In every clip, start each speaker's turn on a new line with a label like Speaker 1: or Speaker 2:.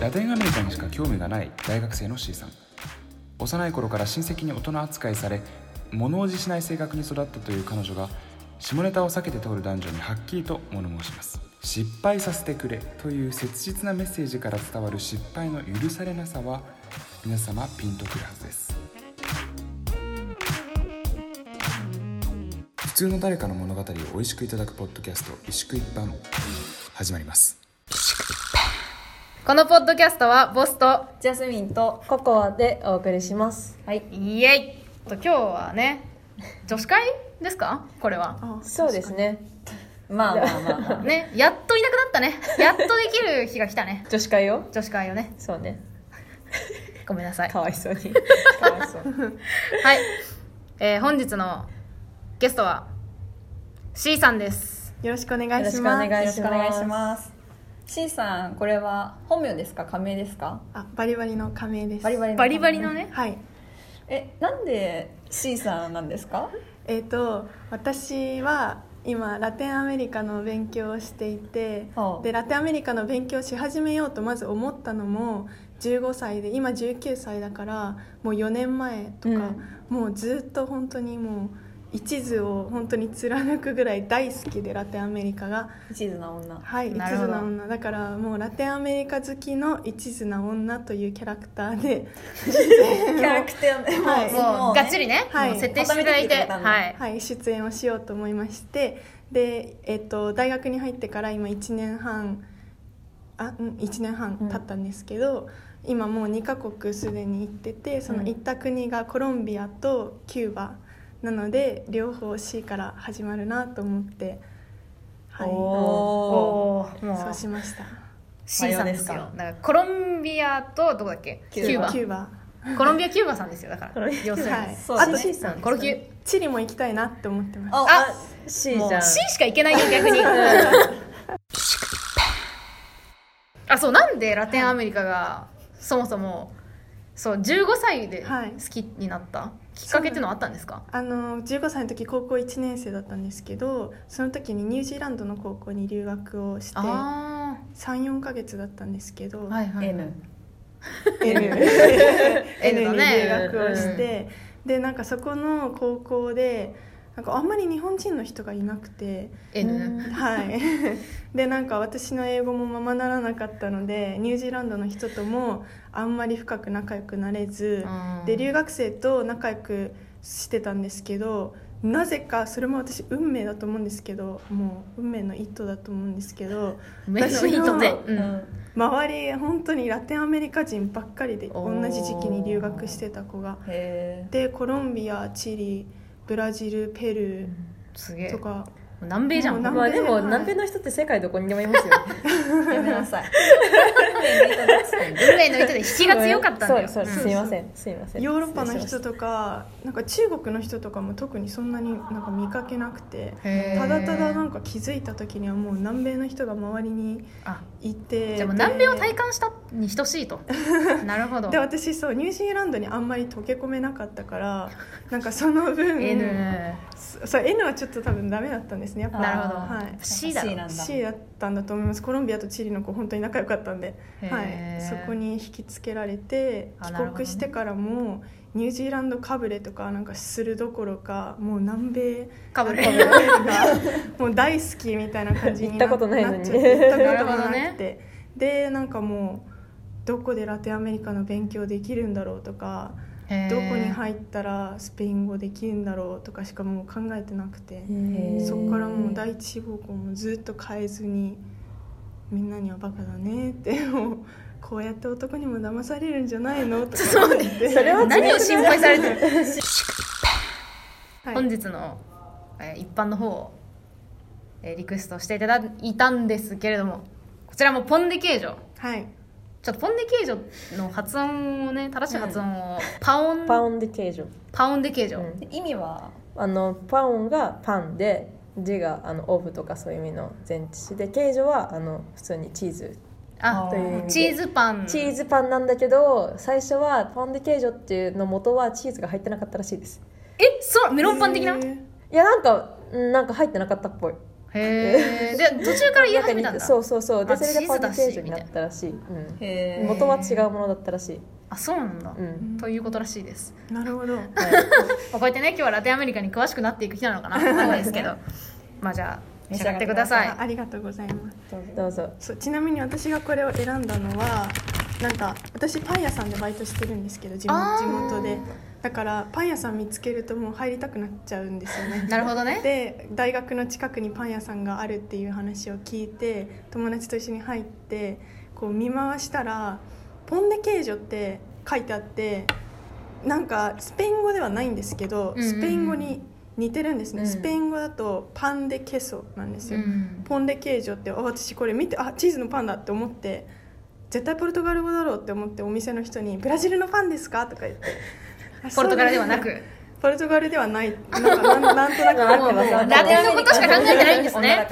Speaker 1: ラテンアメリカにしか興味がない大学生の C さん幼い頃から親戚に大人扱いされ物おじしない性格に育ったという彼女が下ネタを避けて通る男女にはっきりと物申します失敗させてくれという切実なメッセージから伝わる失敗の許されなさは皆様ピンとくるはずです普通の誰かの物語を美味しくいただくポッドキャスト「石く一般」始まります
Speaker 2: このポッドキャストはボスと
Speaker 3: ジャスミンとココアでお送りします。はい。
Speaker 2: イエイと今日はね女子会ですかこれは
Speaker 3: そうですね。まあまあまあ、まあ、
Speaker 2: ねやっといなくなった ねやっとできる日が来たね
Speaker 3: 女子会よ。
Speaker 2: 女子会をね
Speaker 3: そうね。
Speaker 2: ごめんなさい
Speaker 3: か
Speaker 2: は
Speaker 3: わいそうに。かわいそう。
Speaker 2: い、えー本日のゲストは C さんです
Speaker 4: よろしくお願
Speaker 3: よろ
Speaker 4: い
Speaker 3: し
Speaker 4: し
Speaker 3: くお
Speaker 4: ます。
Speaker 3: 願いします。
Speaker 4: す。
Speaker 3: す。C さん、これは本名ですか仮名ですか
Speaker 4: あ、バリバリの仮名です。
Speaker 3: バリバリの
Speaker 2: バリバリのね
Speaker 4: はい。
Speaker 3: え、なんで C さんなんですか
Speaker 4: えっ、と私は今ラテンアメリカの勉強をしていて
Speaker 3: は、あ
Speaker 4: でラテンアメリカの勉強をし始めようとまず思ったのも15歳で今19歳だからもう4年前とか、もうずっと本当にもう一途を本当に貫くぐらい大好きでラテンアメリカが。
Speaker 3: 一途 な女。
Speaker 4: はい、一
Speaker 2: なるほ
Speaker 4: 途
Speaker 2: ど
Speaker 4: な女だからもうラテンアメリカ好きの一途な女というキャラクターで、
Speaker 3: キャラクターね。
Speaker 4: はい
Speaker 2: もうがっちりね、
Speaker 4: はい
Speaker 2: もう設定していただいて
Speaker 3: 固
Speaker 2: は
Speaker 3: め
Speaker 2: い、
Speaker 4: はい、出演をしようと思いましてで、えっと大学に入ってから今1年半あうん1年半
Speaker 3: うん
Speaker 4: 経ったんですけど、今もう2カ国すでに行っててその行った国がコロンビアとキューバなので両方 C から始まるなと思って、はい、
Speaker 3: おー。
Speaker 2: おーも
Speaker 4: そううしました
Speaker 2: C さんです
Speaker 3: マヨ
Speaker 2: よ
Speaker 3: です
Speaker 2: だからコロンビアとどこだっけ
Speaker 3: キ
Speaker 2: キュー
Speaker 3: ューバ
Speaker 2: バ
Speaker 4: キューバ
Speaker 2: コロンビアキューバさんですよだか
Speaker 3: コロ
Speaker 2: ら
Speaker 3: ンビア
Speaker 2: 要するに、
Speaker 4: はい
Speaker 3: そう
Speaker 4: あと
Speaker 3: ね
Speaker 4: C
Speaker 2: うんコロキュ
Speaker 4: チリも行きたいなって思ってます
Speaker 3: あ、あ C じ
Speaker 2: もう
Speaker 3: ゃん。
Speaker 2: C しかいけないよ逆にあそうなんでラテンアメリカがそもそもそう15歳で
Speaker 4: はい
Speaker 2: 好きになった、きっかけっていうのはあったんですか
Speaker 4: あの15歳の時高校1年生だったんですけどその時にニュージーランドの高校に留学をして
Speaker 2: あ
Speaker 4: 34か月だったんですけど、
Speaker 2: あはいはい
Speaker 3: N。
Speaker 4: N,
Speaker 3: N
Speaker 4: N
Speaker 2: だ
Speaker 4: に留
Speaker 2: ね
Speaker 4: 学をして、でなんかそこの高校でなんかあんまり日本人の人がいなくて、
Speaker 2: N
Speaker 4: はい でなんか私の英語もままならなかったのでニュージーランドの人ともあんまり深く仲良くなれず、
Speaker 2: うん
Speaker 4: で留学生と仲良くしてたんですけどなぜかそれも私運命だと思うんですけどもう運命の一途だと思うんですけど
Speaker 2: めっちゃいいとね、
Speaker 3: う
Speaker 2: うん
Speaker 3: ん。
Speaker 4: 周り本当にラテンアメリカ人ばっかりで
Speaker 2: お
Speaker 4: 同
Speaker 2: ー
Speaker 4: じ時期に留学してた子が
Speaker 3: へ
Speaker 4: でコロンビアチリブラジルペル
Speaker 2: すげ
Speaker 4: ー
Speaker 2: え
Speaker 4: とか
Speaker 2: 南米じゃん
Speaker 4: もう
Speaker 3: ー。
Speaker 4: 南
Speaker 3: まあ
Speaker 4: 米
Speaker 3: でも、
Speaker 4: はい
Speaker 3: 南米の人って世界どこにでもいますよ。
Speaker 4: やめなさ
Speaker 3: さい。
Speaker 2: 運命の糸で引きが強かったんだよ
Speaker 3: そうそう
Speaker 2: うん
Speaker 3: すいません、すいません。
Speaker 4: ヨーロッパの人
Speaker 3: 失
Speaker 4: とかなんか中国の人とかも特にそんなになんか見かけなくて
Speaker 2: へー
Speaker 4: ただただなんか気づいた時にはもう南米の人が周りに
Speaker 2: あ
Speaker 4: いて
Speaker 2: じゃあもう南米を体感したに等しいとなるほど
Speaker 4: で私そうニュージーランドにあんまり溶け込めなかった からなんかその分
Speaker 2: N
Speaker 4: そそう N はちょっと多分ダメだったんですねやっぱ
Speaker 2: なるほど、
Speaker 3: あ
Speaker 4: ーはい
Speaker 2: C だろ
Speaker 3: C なんだ
Speaker 4: C だったんだと思いますコロンビアとチリの子本当に仲良かったんで、は
Speaker 2: へ
Speaker 4: い、
Speaker 2: ー
Speaker 4: そこに引きつけられて
Speaker 2: あなるほ
Speaker 4: 帰
Speaker 2: どね
Speaker 4: 国してからもニュージーランドかぶれとかなんかするどころかもう南米
Speaker 2: かぶれ
Speaker 4: なんか南米がもう大好きみたいな感じに
Speaker 3: 行ったことないのに
Speaker 4: っちゃって行ったこと
Speaker 2: なるほ
Speaker 4: も
Speaker 2: ど
Speaker 4: な
Speaker 2: ね
Speaker 4: くて、でなんかもうどこでラテンアメリカの勉強できるんだろうとかどこに
Speaker 2: っ
Speaker 4: 入ったらスペイン語できるんだろうとかしかもう考えてなくて。
Speaker 3: へー
Speaker 4: そこからもう第一志望校もずっと変えずにみんなにはバカだねってもうこうやって男にも騙されるんじゃないのとか思って
Speaker 3: それは
Speaker 2: 何を心配されてる
Speaker 4: はい
Speaker 2: 本日の、えー一般の方を、えーリクエストしていただいたんですけれどもこちらもポン・デ・ケージョ
Speaker 4: はい
Speaker 2: ちょっとポン・デ・ケージョの発音をね正しい発音を、パオン
Speaker 3: 礼パ
Speaker 2: パ
Speaker 3: オンデケージョン。
Speaker 2: オン・デ・ケージョ、
Speaker 3: うん
Speaker 5: 意味は
Speaker 3: あのパオンがパンで、ジがあのオブとかそういう意味の前置詞で、ケージョはあの普通にチーズ
Speaker 2: あ
Speaker 3: という意味で。
Speaker 2: チーズパン
Speaker 3: チーズパンなんだけど、最初はパンデケージョっていうの元はチーズが入ってなかったらしいです。
Speaker 2: えそうメロンパン的な
Speaker 4: へ
Speaker 2: へ
Speaker 4: ー
Speaker 3: いやなんかうんなんか入ってなかったっぽい。
Speaker 2: へえ。で途中から言い始めたんだ。
Speaker 3: そうそうそうで
Speaker 2: あ
Speaker 3: それがパンディケージ
Speaker 2: チーズだし
Speaker 3: ョになったらしいうん
Speaker 2: へ
Speaker 4: ー
Speaker 3: 元は違うものだったらしい、
Speaker 2: あそうなんだ
Speaker 3: う。ん
Speaker 2: ということらしいです。
Speaker 4: なるほど
Speaker 3: はい
Speaker 2: まあこうやってね今日はラテンアメリカに詳しくなっていく日なのかなわかんないですけど。まあじゃあ召し上がってください。
Speaker 4: ありがとうございます
Speaker 3: どうぞ
Speaker 4: そうちなみに私がこれを選んだのはなんか私パン屋さんでバイトしてるんですけど地
Speaker 2: あー
Speaker 4: 元地元でだからパン屋さん見つけるともう入りたくなっちゃうんですよね
Speaker 2: なるほどね。
Speaker 4: で大学の近くにパン屋さんがあるっていう話を聞いて友達と一緒に入ってこう見回したら「ポン・デ・ケージョ」って書いてあってなんかスペイン語ではないんですけど
Speaker 2: うんうんうん
Speaker 4: スペイン語に似てるんですね、
Speaker 3: うん
Speaker 4: スペイン語だと「パン・デ・ケソ」なんです
Speaker 2: う
Speaker 4: よ、
Speaker 2: ん。
Speaker 4: ポン・デ・ケージョってあ私これ見てあチーズのパンだって思って絶対ポルトガル語だろうって思ってお店の人に「ブラジルのパンですか?」とか言って
Speaker 2: ポルトガルではなく。
Speaker 4: ポルトガルではないなんかなんなんとなく
Speaker 3: なんかわかんない
Speaker 2: ラテンのことしか考えてないんですね。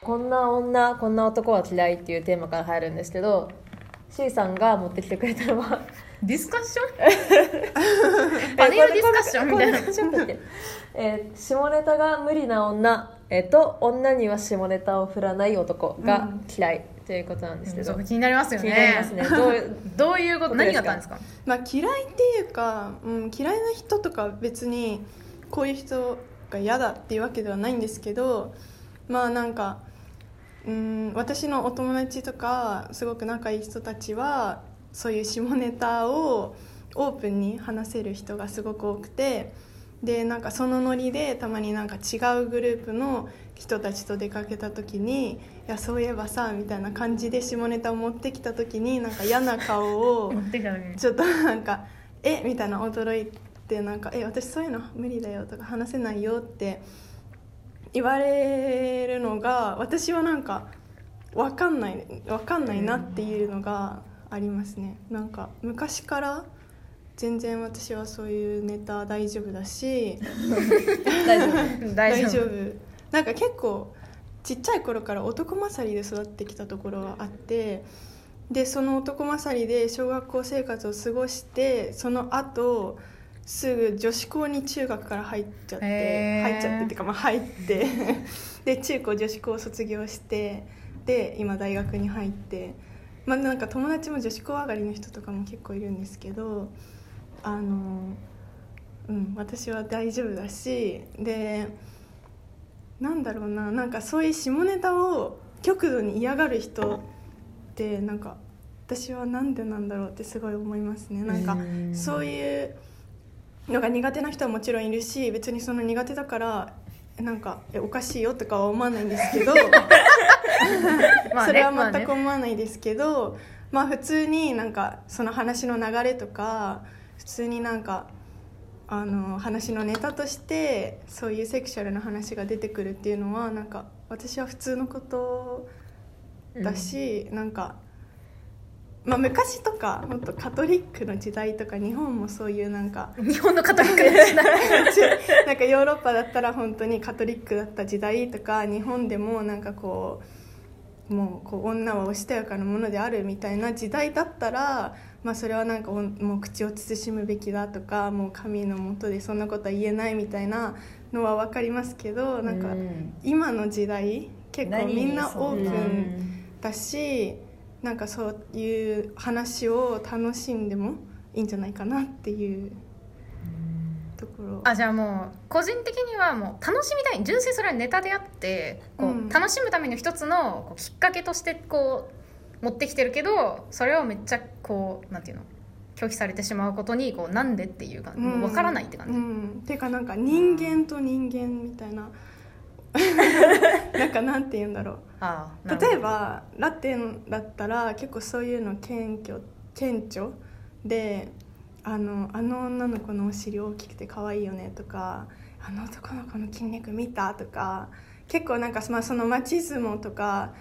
Speaker 3: こんな女こんな男は嫌いっていうテーマから入るんですけど C さんが持ってきてくれたのは
Speaker 2: ディスカッションパネルディスカッションみたいな
Speaker 3: こん。ちょっと待って えー下ネタが無理な女、えーと女には下ネタを振らない男が嫌いということなんですけど、
Speaker 2: そう気になりますよ
Speaker 3: 気になり
Speaker 2: ね
Speaker 3: ますねどういう
Speaker 2: どういうこと
Speaker 3: ことで
Speaker 2: 何
Speaker 3: す
Speaker 2: があ
Speaker 3: か
Speaker 2: ったんですか
Speaker 4: まあ、嫌いっていうか、うん、嫌いな人とか別にこういう人が嫌だっていうわけではないんですけどまあなんか、うん、私のお友達とかすごく仲いい人たちはそういう下ネタをオープンに話せる人がすごく多くてでなんかそのノリでたまになんか違うグループの人たちと出かけた時に「いやそういえばさ」みたいな感じで下ネタを持ってきた時になんか嫌な顔 を。
Speaker 2: 持ってきたのに
Speaker 4: ちょっとなんか 「えみたいな驚いてなんか「え私そういうの無理だよ」とか「話せないよ」って言われるのが私はなんか分かんない分かんないなっていうのがありますね。なんか昔から全然私はそういうネタ大丈夫だし
Speaker 3: 大丈夫
Speaker 2: 大丈夫
Speaker 4: なんか結構ちっちゃい頃から男勝りで育ってきたところがあってでその男勝りで小学校生活を過ごしてその後すぐ女子校に中学から入っちゃっ
Speaker 2: へー
Speaker 4: て入っちゃってっていうかまあ入って で中高女子校を卒業してで今大学に入ってまあなんか友達も女子校上がりの人とかも結構いるんですけどあのうん私は大丈夫だしでなんだろうななんかそういう下ネタを極度に嫌がる人ってなんか私はなんでなんだろうってすごい思いますねなんか
Speaker 3: うん
Speaker 4: そういうのが苦手な人はもちろんいるし別にその苦手だからなんかえおかしいよとかは思わないんですけど
Speaker 2: まあね
Speaker 4: それは
Speaker 2: まあ
Speaker 4: 全
Speaker 2: ね
Speaker 4: く思わないですけど、まあ、普通になんかその話の流れとか普通になんかあの話のネタとしてそういうセクシャルな話が出てくるっていうのはなんか私は普通のことだし、なんか、まあ、昔とかもっとカトリックの時代とか日本もそういうなんか
Speaker 2: 日本のカトリックですね
Speaker 4: なんかヨーロッパだったら本当にカトリックだった時代とか日本でもなんかこうもうこう女はおしとやかなものであるみたいな時代だったら、まあ、それはなんかおもう口を慎むべきだとかもう神のもとでそんなことは言えないみたいなのは分かりますけどなんか
Speaker 3: うん
Speaker 4: 今の時代結構みんなオープ
Speaker 3: 何にそんな
Speaker 4: ンだしなんかそういう話を楽しんでもいいんじゃないかなっていうところ。
Speaker 2: あじゃあもう個人的にはもう楽しみたい純粋にそれはネタであってこう、
Speaker 4: うん
Speaker 2: 楽しむための一つのこうきっかけとしてこう持ってきてるけどそれをめっちゃこうなんていうの拒否されてしまうことにこうなんでっていうか、もう分からないって感じ、
Speaker 4: うん、てかなんか人間と人間みた いななんかなんて言うんだろ
Speaker 2: ああ
Speaker 4: う
Speaker 2: なるほど
Speaker 4: 例えばラテンだったら結構そういうの謙虚顕著であの「あの女の子のお尻大きくて可愛いよね」とか「あの男の子の筋肉見た?」とか結構なんか、まあ、そのマチズモとか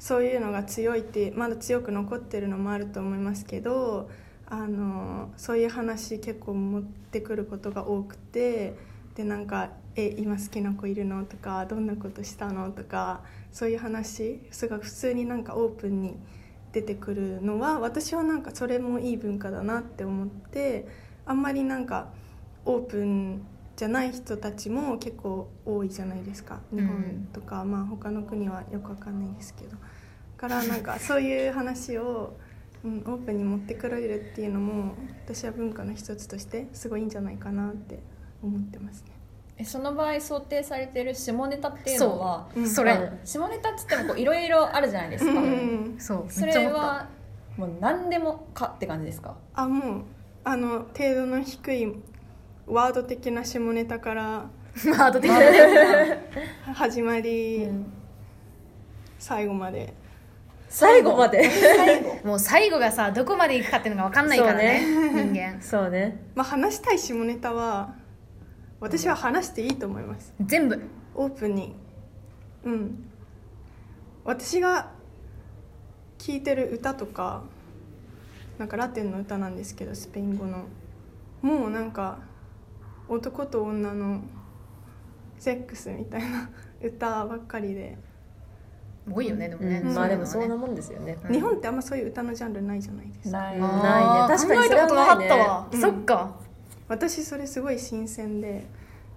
Speaker 4: そういうのが強いってまだ強く残ってるのもあると思いますけどあのそういう話結構持ってくることが多くてでなんか「え今好きな子いるの?」とか「どんなことしたの?」とかそういう話それが普通になんかオープンに出てくるのは私はなんかそれもいい文化だなって思ってあんまりなんかオープンじゃない人たちも結構多いじゃないですか
Speaker 2: ん
Speaker 4: 日本とか、まあ他の国はよくわかんないですけどだからなんかそういう話を、うん、オープンに持ってこられるっていうのも私は文化の一つとしてすごいいいんじゃないかなって思ってますね。
Speaker 5: えその場合想定されてる下ネタっていうのは
Speaker 4: うん
Speaker 2: そ
Speaker 5: まあ
Speaker 2: れ
Speaker 5: 下ネタっつってもこういろいろあるじゃないです
Speaker 4: う
Speaker 5: か
Speaker 4: ん
Speaker 2: そう
Speaker 5: そ
Speaker 2: めっちゃ
Speaker 5: れ
Speaker 2: 思った
Speaker 5: はもう何でもかって感じですか
Speaker 4: あもうあの程度の低いワード的な下ネタから
Speaker 2: ワード的なね
Speaker 4: 始まり、最後まで
Speaker 3: 最後まで
Speaker 2: もう最後がさどこまでいくかっていうのが分かんないからね人間
Speaker 3: そうね
Speaker 4: まあ、話したい下ネタは私は話していいと思います
Speaker 2: 全部
Speaker 4: オープンにうん私が聴いてる歌とかなんかラテンの歌なんですけどスペイン語のもうなんか男と女のセックスみたいな 歌ばっかりで、
Speaker 2: 多いよねでも
Speaker 3: う
Speaker 2: ね、
Speaker 3: んまあでもそ
Speaker 2: うんい
Speaker 3: な
Speaker 2: うのはね
Speaker 3: もんですよね
Speaker 2: うん
Speaker 4: 日本ってあんまそういう歌のジャンルないじゃないですか
Speaker 5: ない
Speaker 2: あー
Speaker 3: ないね確かにそれ
Speaker 2: 考えた
Speaker 3: は
Speaker 2: ことなかったわ、
Speaker 4: ないね
Speaker 2: そっか
Speaker 4: 私それすごい新鮮で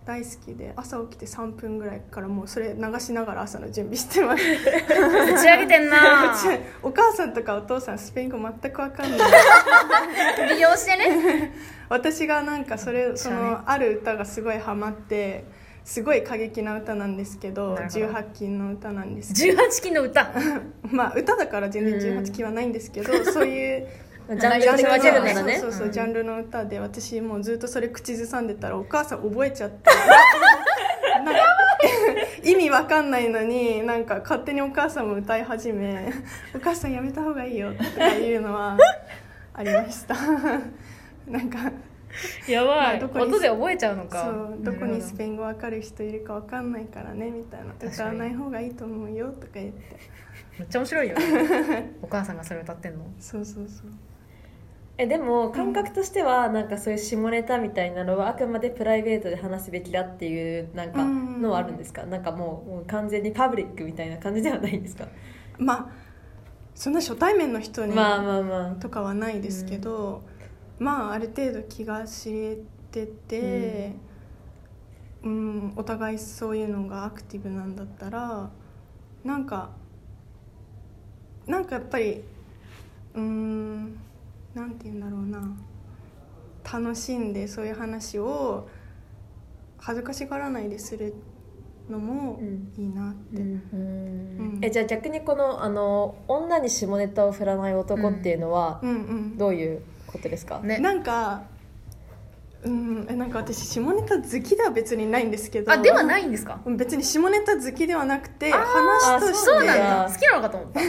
Speaker 4: 大好きで朝起きて3分ぐらいからもうそれ流しながら朝の準備してます
Speaker 2: 打ち上げてん な
Speaker 4: お母さんとかお父さんスペイン語全くわかんない
Speaker 2: 利用してね
Speaker 4: 私がなんかそれ
Speaker 2: そ
Speaker 4: そ
Speaker 2: うね
Speaker 4: のある歌がすごいハマってすごい過激な歌なんですけど
Speaker 2: なるほど
Speaker 4: 18禁の歌なんですけど
Speaker 2: 18禁の歌
Speaker 4: まあ歌だから全然18禁はないんですけど、そういう
Speaker 3: ジャンル
Speaker 2: そ
Speaker 3: に
Speaker 2: れは
Speaker 3: 分
Speaker 2: ジャ
Speaker 3: ける
Speaker 2: ンル
Speaker 3: ならね
Speaker 4: そうそうそう、
Speaker 2: うん
Speaker 4: ジャンルの歌で私もうずっとそれ口ずさんでたらお母さん覚えちゃってなんか意味わかんないのになんか勝手にお母さんも歌い始め「お母さんやめた方がいいよ」とかいうのはありました なんか
Speaker 2: やばい
Speaker 4: どこに
Speaker 2: 音で覚えちゃうの
Speaker 4: そ
Speaker 2: か
Speaker 4: うどこにス
Speaker 2: イ
Speaker 4: ペイン語わかる人いるかわかんないからねみたいな
Speaker 2: かに
Speaker 4: 歌わない方がいいと思うよとか言って
Speaker 2: ンめっちゃ面白いよねお母さんがそれ歌ってんの
Speaker 4: そうそうそう
Speaker 3: えでも感覚としてはなんかそういう下ネタみたいなのはあくまでプライベートで話すべきだっていうなんか
Speaker 4: うん
Speaker 3: のはあるんですか、なんかもうもう完全にパブリックみたいな感じではないんですか、
Speaker 4: まあそんな初対面の人に、
Speaker 3: まあまあま
Speaker 4: とかはないですけど、まあある程度気が知れてて、うんお互いそういうのがアクティブなんだったらなんかなんかやっぱりうんなんて言うんだろうな楽しんでそういう話を恥ずかしがらないでするのも
Speaker 3: うん
Speaker 4: いいなっ
Speaker 3: あ、
Speaker 4: て。うん
Speaker 3: えじゃあ逆にこのあの女に下ネタを振らない男っていうのは
Speaker 4: うんうん
Speaker 3: どういうことですか、
Speaker 2: ね
Speaker 4: なんかうんえなんか私下ネタ好きでは別にないんですけど
Speaker 2: あではないいんですか
Speaker 4: 別に下ネタ好きではなくて
Speaker 2: あー
Speaker 4: 話と
Speaker 3: そ
Speaker 2: そうう
Speaker 4: し
Speaker 3: な
Speaker 2: なんん
Speaker 3: だ
Speaker 4: て
Speaker 2: だ好きなのかと思った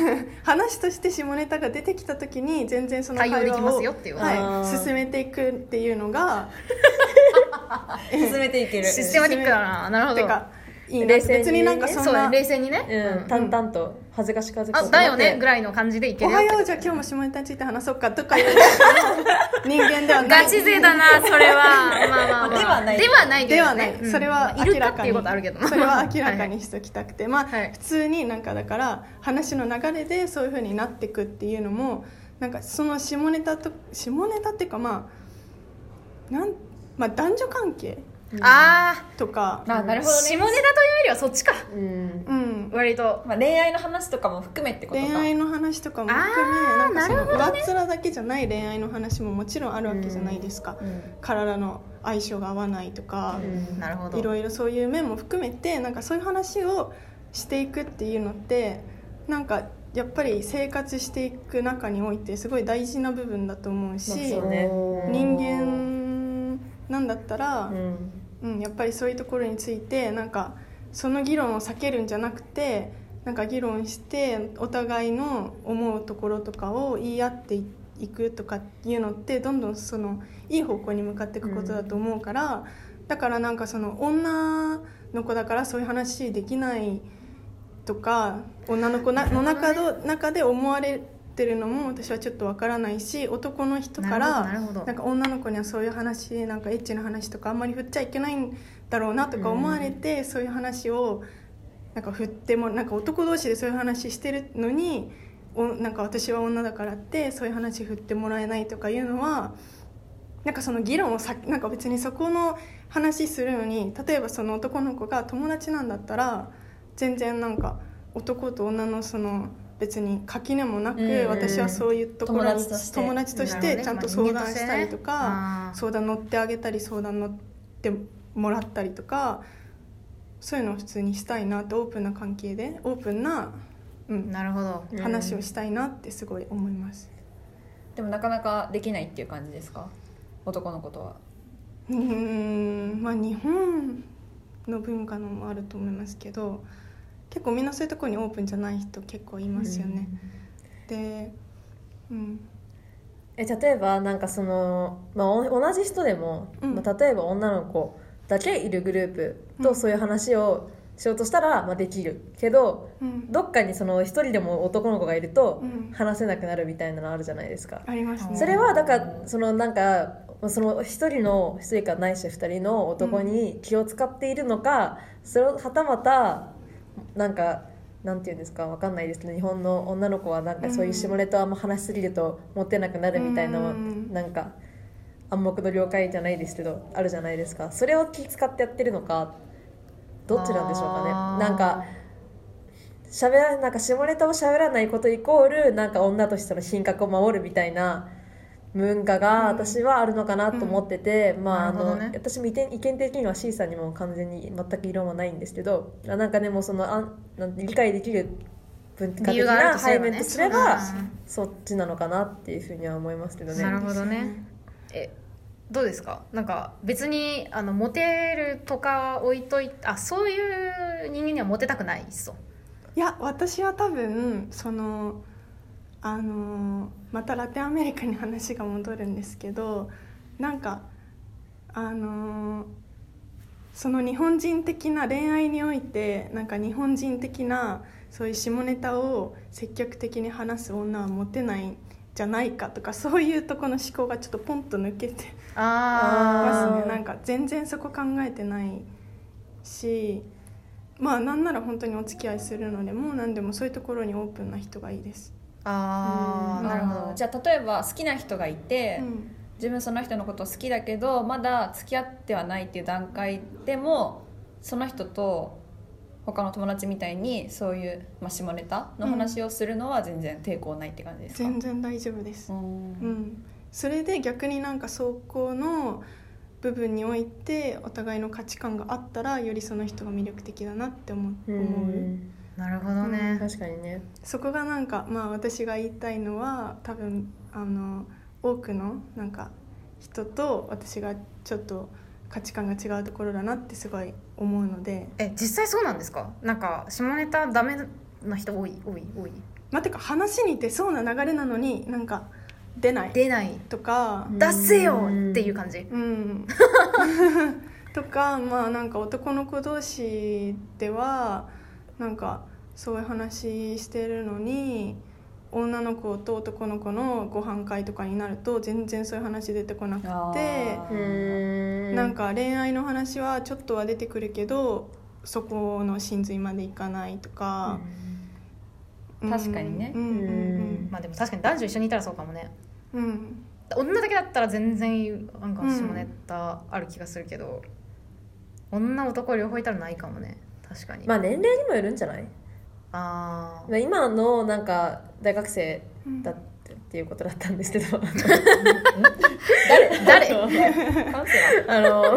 Speaker 4: 話として下ネタが出てきた時に全然その
Speaker 2: 対応できますよ
Speaker 4: 会
Speaker 2: っていう
Speaker 4: 話を
Speaker 3: あ
Speaker 4: はい、
Speaker 3: ー
Speaker 4: 進めていくっていうのが
Speaker 5: 進めていける
Speaker 2: システマティックだななるほ
Speaker 4: て
Speaker 2: ど
Speaker 4: かいいな
Speaker 3: 冷静に
Speaker 4: 別になんかそん
Speaker 2: そう
Speaker 4: な
Speaker 2: ね冷静にね、
Speaker 3: うん
Speaker 2: うん
Speaker 3: 淡々と恥ずかしかずかし
Speaker 2: あ
Speaker 3: く
Speaker 2: だよ
Speaker 3: な
Speaker 2: ね
Speaker 3: く
Speaker 2: ぐらいの感じでいけ
Speaker 4: お
Speaker 2: るよ
Speaker 4: は
Speaker 2: って
Speaker 4: ようじゃあ今日も下ネタについて話そうかとかいう 人間ではない
Speaker 2: ガチ勢だなそれはまあまあ、まあ、
Speaker 5: ではない
Speaker 2: ではないけ
Speaker 4: で
Speaker 2: ど
Speaker 4: は
Speaker 2: ね
Speaker 4: ない、
Speaker 2: うん
Speaker 4: それは
Speaker 2: まあいる
Speaker 4: 明
Speaker 2: からって
Speaker 4: か
Speaker 2: い
Speaker 4: に
Speaker 2: うことあるけど
Speaker 4: それは明らか
Speaker 2: いい
Speaker 4: にしときたくて、まあ、
Speaker 2: はい
Speaker 4: 普通になんかだから話の流れでそういう風になってくっていうのもなんかその下ネタと下ネタっていうかまあなん、まあ、男女関係
Speaker 2: あ
Speaker 4: とか、
Speaker 5: あなる
Speaker 2: あ
Speaker 5: ほど
Speaker 2: 下ネ
Speaker 5: ね、
Speaker 2: タというよりはそっちか
Speaker 3: うん
Speaker 4: うん、
Speaker 2: 割と
Speaker 5: まあ、恋愛の話とかも含めってことか
Speaker 4: 恋愛の話とかも含めなんかその上っ面だけじゃない恋愛の話ももちろんあるわけじゃないですか、体の相性が合わないとか。
Speaker 3: うん
Speaker 2: なるほど
Speaker 4: いろいろそういう面も含めてなんかそういう話をしていくっていうのってなんかやっぱり生活していく中においてすごい大事な部分だと思うし、
Speaker 3: まあそうね
Speaker 4: 人間なんだったら
Speaker 3: う、ん
Speaker 4: うんやっぱりそういうところについてなんかその議論を避けるんじゃなくてなんか議論してお互いの思うところとかを言い合っていくとかいうのってどんどんそのいい方向に向かっていくことだと思うから、だからなんかその女の子だからそういう話できないとか女の子なの中ど中で思われてるのも私はちょっとわからないし男の人から
Speaker 2: なるほどなるほど
Speaker 4: なんか女の子にはそういう話なんかエッチな話とかあんまり振っちゃいけないんだろうなとか思われて、そういう話をなんか振ってもなんか男同士でそういう話してるのにおなんか私は女だからってそういう話振ってもらえないとかいうのはなんかその議論をさなんか別にそこの話するのに例えばその男の子が友達なんだったら全然なんか男と女のその別に垣根もなく、
Speaker 5: うん
Speaker 4: 私はそういうところ
Speaker 5: 友
Speaker 4: に
Speaker 5: 達として
Speaker 4: 友達とし
Speaker 2: なるほど
Speaker 4: て
Speaker 2: ね
Speaker 4: ちゃんと相談したりとか、
Speaker 2: まあ人間としてねあー
Speaker 4: 相談乗ってあげたり相談乗ってもらったりとかそういうのを普通にしたいなってオープンな関係でオープンな、うん、
Speaker 2: なるほど
Speaker 5: うん
Speaker 4: 話をしたいなってすごい思います。
Speaker 5: でもなかなかできないっていう感じですか男の子とは
Speaker 4: うーんまあ日本の文化のもあると思いますけど結構みんなそういうところにオープンじゃない人結構いますよね。で、うん、
Speaker 3: え例えばなんかその、まあ、お同じ人でも、
Speaker 4: うん
Speaker 3: まあ、例えば女の子だけいるグループ
Speaker 4: う
Speaker 3: と
Speaker 4: ん
Speaker 3: そういう話をしようとしたら、まあ、できるけど
Speaker 4: うん、
Speaker 3: どっかにその一人でも男の子がいると
Speaker 4: うん
Speaker 3: 話せなくなるみたいなのあるじゃないですか、
Speaker 4: ありますね。
Speaker 3: それはだからそのなんかまあその一人の一人かないし二人の男に気を使っているのか、それをはたまたなんかなんていうんですかわかんないですけど日本の女の子はなんかそういう下ネタをあんま話しすぎると持ってなくなるみたいな、
Speaker 4: うん
Speaker 3: なんか暗黙の了解じゃないですけどあるじゃないですかそれを気使ってやってるのかどっちなんでしょうかね
Speaker 2: あー
Speaker 3: なんか喋らなんか下ネタを喋らないことイコールなんか女としての品格を守るみたいな文化が私はあるのかなと思ってて、まあ
Speaker 2: な
Speaker 3: あ
Speaker 2: るほ
Speaker 3: の、
Speaker 2: どね
Speaker 3: 私も意見意見的には C さんにも完全に全く異論はないんですけどあなんかでもそのあんなん理解できる文化
Speaker 2: 理
Speaker 3: 的
Speaker 2: 由がある
Speaker 3: な
Speaker 2: とすれ
Speaker 3: 背
Speaker 2: ばね
Speaker 3: 面とすれば
Speaker 2: そうだね
Speaker 3: そっちなのかなっていうふうには思いますけどね。
Speaker 2: なるほどねえどうですかなんか別にあのモテるとか置いといてあそういう人間にはモテたくないっすよ
Speaker 4: いや私は多分そのあのまたラテンアメリカに話が戻るんですけどなんかあのその日本人的な恋愛においてなんか日本人的なそういう下ネタを積極的に話す女はモテないんじゃないかとかそういうとこの思考がちょっとポンと抜けて
Speaker 2: あ
Speaker 3: あ
Speaker 4: ますねなんか全然そこ考えてないしまあなんなら本当にお付き合いするのでもう何でもそういうところにオープンな人がいいです、
Speaker 2: ああ
Speaker 4: うん
Speaker 2: なるほど
Speaker 5: じゃあ例えば好きな人がいて、
Speaker 4: うん
Speaker 5: 自分その人のこと好きだけどまだ付き合ってはないっていう段階でもその人と他の友達みたいにそういう、まあ、下ネタの話をするのは全然抵抗ないって感じですか、
Speaker 4: 全然大丈夫です
Speaker 5: う、ん
Speaker 4: うん、それで逆になんか走行の部分においてお互いの価値観があったらよりその人が魅力的だなって思う思
Speaker 3: う
Speaker 4: うん
Speaker 2: なるほどね、
Speaker 3: 確かにね
Speaker 4: そこがなんかまあ私が言いたいのは多分あの多くのなんか人と私がちょっと価値観が違うところだなってすごい思うので
Speaker 2: え実際そうなんですかなんか下ネタダメな人多い多い多い
Speaker 4: まあてか話に出そうな流れなのになんか出ない
Speaker 2: 出ない
Speaker 4: とか
Speaker 2: 出せよっていう感じ
Speaker 4: うんとかまあなんか男の子同士ではなんかそういう話してるのに女の子と男の子のご飯会とかになると全然そういう話出てこなく
Speaker 5: あ
Speaker 4: て
Speaker 5: ー
Speaker 3: うん
Speaker 4: なんか恋愛の話はちょっとは出てくるけどそこの真髄までいかないとか、
Speaker 5: うん確かにね
Speaker 4: うんうんうん
Speaker 2: まあでも確かに男女一緒にいたらそうかもね
Speaker 4: うん
Speaker 2: 女だけだったら全然なんか
Speaker 4: うん
Speaker 2: 下ネタある気がするけど、女男両方いたらないかもね確かに、
Speaker 3: まあ年齢にもよるんじゃない
Speaker 2: あー
Speaker 3: まあ今のなんか大学生
Speaker 4: うん
Speaker 3: だってっていうことだったんですけど
Speaker 2: 誰
Speaker 5: カウンセラー
Speaker 3: あの、ま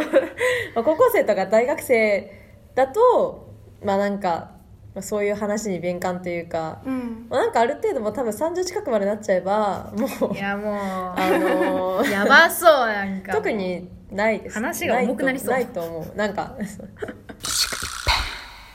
Speaker 3: あ、高校生とか大学生だとまあなんかまあそういう話に敏感というか、
Speaker 4: うん
Speaker 3: まあ、なんかある程度もう多分30近くまでなっちゃえばもう
Speaker 2: いやも
Speaker 3: あの
Speaker 2: うやばそうなんか
Speaker 3: 特にないです
Speaker 2: 話が重くなりそう
Speaker 3: ないとないと思うなんか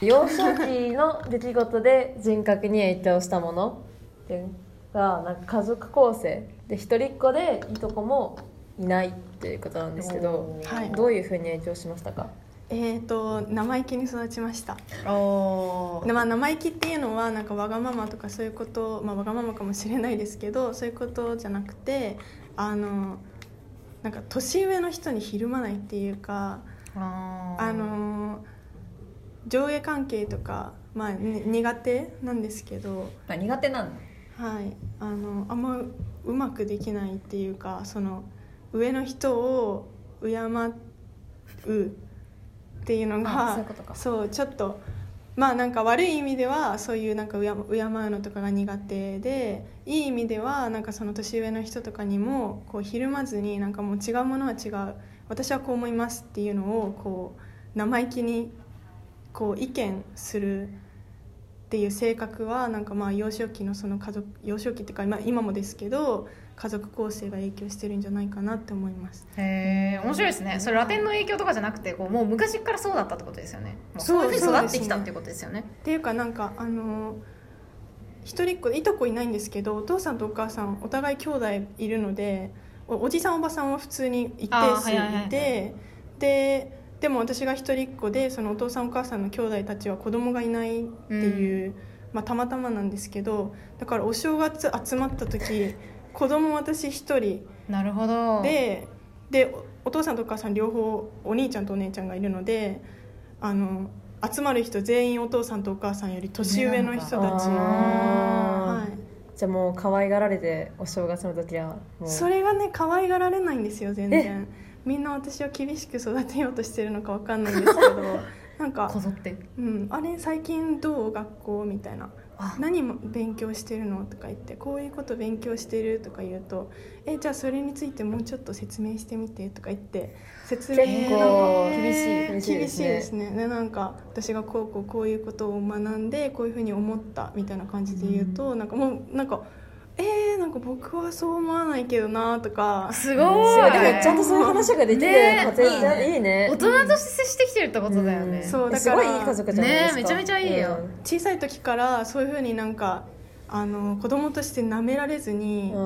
Speaker 3: 幼少期の出来事で人格に影響したものってがなんか家族構成で一人っ子でいとこもいないっていうことなんですけど
Speaker 4: はい
Speaker 3: どういうふうに影響しましたか
Speaker 4: えっ、と生意気に育ちました
Speaker 2: おー
Speaker 4: でまあ、生意気っていうのはなんかわがままとかそういうこと、まあ、わがままかもしれないですけどそういうことじゃなくてあのなんか年上の人にひるまないっていうか
Speaker 2: あー
Speaker 4: あの上下関係とか、まあ、に苦手なんですけど、
Speaker 5: まあ苦手なの
Speaker 4: はい、あのあんまうまくできないっていうかその上の人を敬うっていうの
Speaker 5: あ
Speaker 4: が
Speaker 5: そういうことか
Speaker 4: そうちょっとまあなんか悪い意味ではそういうなんか敬敬うのとかが苦手でいい意味ではなんかその年上の人とかにもこうひるまずになんかもう違うものは違う私はこう思いますっていうのをこう生意気にこう意見するっていう性格はなんかまあ幼少期のその家族幼少期っていうか今今もですけど家族構成が影響してるんじゃないかなって思います。
Speaker 2: へえ面白いですねそれラテンの影響とかじゃなくてこうもう昔からそうだったってことですよねもう
Speaker 4: そう
Speaker 2: そういうふうに育っ
Speaker 4: そうですね
Speaker 2: てきたっていうことですよね
Speaker 4: っていうかなんかあの一人っ子いとこいないんですけどお父さんとお母さんお互い兄弟いるのでおおじさんおばさんは普通に一定数いて、
Speaker 2: あーはいはいはい
Speaker 4: ででも私が一人っ子でそのお父さんお母さんの兄弟たちは子供がいないっていう、まあ、たまたまなんですけどだからお正月集まった時子供私一人
Speaker 2: なるほど
Speaker 4: ででおお父さんとお母さん両方お兄ちゃんとお姉ちゃんがいるのであの集まる人全員お父さんとお母さんより年上の人たち、
Speaker 3: あ
Speaker 4: は
Speaker 3: ーじゃあもう可愛がられてお正月の時は
Speaker 4: い、
Speaker 3: もう
Speaker 4: それがね可愛がられないんですよ全然みんな私を厳しく育てようとしてるのかわかんないんですけどなん
Speaker 2: こ
Speaker 4: か、
Speaker 2: ぞって
Speaker 4: うん「あれ最近どう学校?」みたいな
Speaker 2: あ
Speaker 4: 「何も勉強してるの?」とか言って「こういうこと勉強してる?」とか言うと「えじゃあそれについてもうちょっと説明してみて」とか言って説明
Speaker 3: 結
Speaker 4: の
Speaker 3: 構厳しい厳しい
Speaker 4: 厳
Speaker 3: で
Speaker 4: し
Speaker 3: す
Speaker 4: いです
Speaker 3: ね
Speaker 4: ねでなんか私がこうこうこういうことを学んでこういうふうに思ったみたいな感じで言うと、なんかもうなんか「えー、なんか僕はそう思わないけどな」とか
Speaker 2: す
Speaker 3: す
Speaker 2: ご
Speaker 3: ご
Speaker 2: い
Speaker 3: いでもちゃんとそういう話ができる
Speaker 2: ね
Speaker 3: 家庭じゃいいね
Speaker 2: 大人として接してきてるってことだよね、
Speaker 3: ん
Speaker 4: そうだ
Speaker 3: す
Speaker 4: から
Speaker 3: ごいいい家族じゃないですか
Speaker 2: ねめちゃめちゃいいよ
Speaker 4: 小さい時からそういうふうになんかあの子供として舐められずに、
Speaker 3: う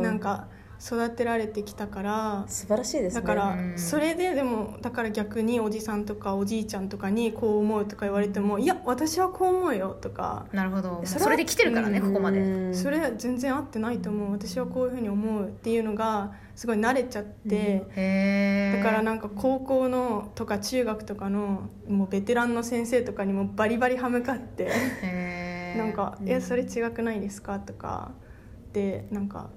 Speaker 3: ん
Speaker 4: なんか育てられてきたから。
Speaker 3: 素晴らしいですね
Speaker 4: だから
Speaker 2: うん
Speaker 4: それででもだから逆におじさんとかおじいちゃんとかにこう思うとか言われてもいや私はこう思うよとか
Speaker 2: なるほど
Speaker 4: それ
Speaker 2: それで来てるからね
Speaker 3: う
Speaker 2: こ
Speaker 3: ん
Speaker 2: こまで
Speaker 3: うん
Speaker 4: それは全然合ってないと思う私はこういうふうに思うっていうのがすごい慣れちゃって、
Speaker 2: へえ
Speaker 4: だからなんか高校のとか中学とかのもうベテランの先生とかにもバリバリ歯向かって
Speaker 2: へー
Speaker 4: なんか「えそれ違くないですか?」とかでなんか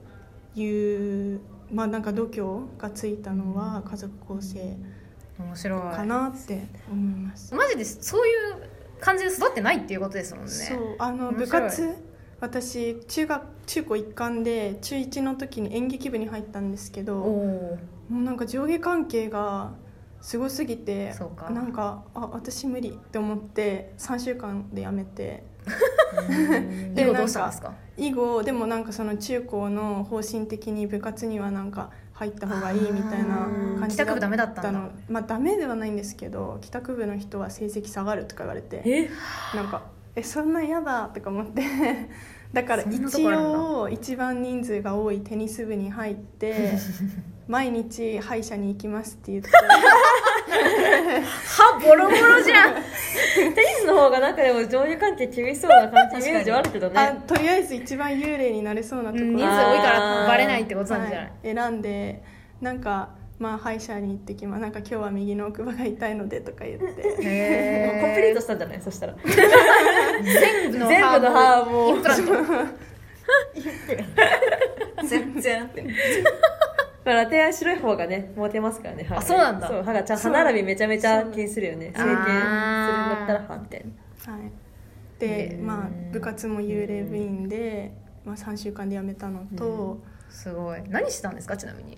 Speaker 4: 言うまあなんか度胸がついたのは家族構成
Speaker 2: 面白い
Speaker 4: かなって思います。
Speaker 2: マジでそういう感じで育ってないっていうことですもんね
Speaker 4: そうあの
Speaker 2: 面
Speaker 4: 部
Speaker 2: 白い
Speaker 4: 活私中学中高一貫で中1の時に演劇部に入ったんですけど
Speaker 2: おお
Speaker 4: もうなんか上下関係がすごすぎて
Speaker 2: そうか
Speaker 4: なんかあ私無理って思って3週間で辞めて
Speaker 2: ーでもどうしたんですか
Speaker 4: 以後でもなんかその中高の方針的に部活にはなんか入った方がいいみたいな感じ
Speaker 2: 帰宅部ダメだったんだ
Speaker 4: まあダメではないんですけど帰宅部の人は成績下がるとか言われて
Speaker 3: え
Speaker 4: なんかえそんな嫌だとか思って だから
Speaker 2: そんなと
Speaker 4: 一
Speaker 2: こあるんだ
Speaker 4: 応一番人数が多いテニス部に入って 毎日歯医者に行きますって言って。
Speaker 2: 歯ボロボロじ ゃん
Speaker 3: テニスの方がなんかでも上下関係厳しそうな感じイメージはある けど
Speaker 4: あ
Speaker 3: ね
Speaker 4: とりあえず一番幽霊になれそうなとこ
Speaker 2: う
Speaker 4: ろ
Speaker 2: ん人数
Speaker 3: あ
Speaker 2: 多いからバレないってことなんじゃない、
Speaker 4: はい選んでなんかまあ歯医者に行ってきますなんか今日は右の奥歯が痛いのでとか言 って
Speaker 3: もう
Speaker 2: へ
Speaker 3: コンプリートしたんじゃないそしたら
Speaker 2: 全部の
Speaker 3: 全部の歯はも
Speaker 2: イン
Speaker 3: う
Speaker 2: プラント
Speaker 5: 全然合ってない
Speaker 3: まあラテンは白い方がねモテますからね歯がね
Speaker 2: あそうなんだ
Speaker 3: そう歯がちゃん歯並びめちゃめちゃ気にするよね整形するんだったら歯みたいな
Speaker 4: はいでまあ部活も幽霊部員で、まあ、3週間で辞めたのと
Speaker 2: すごい何してたんですかちなみに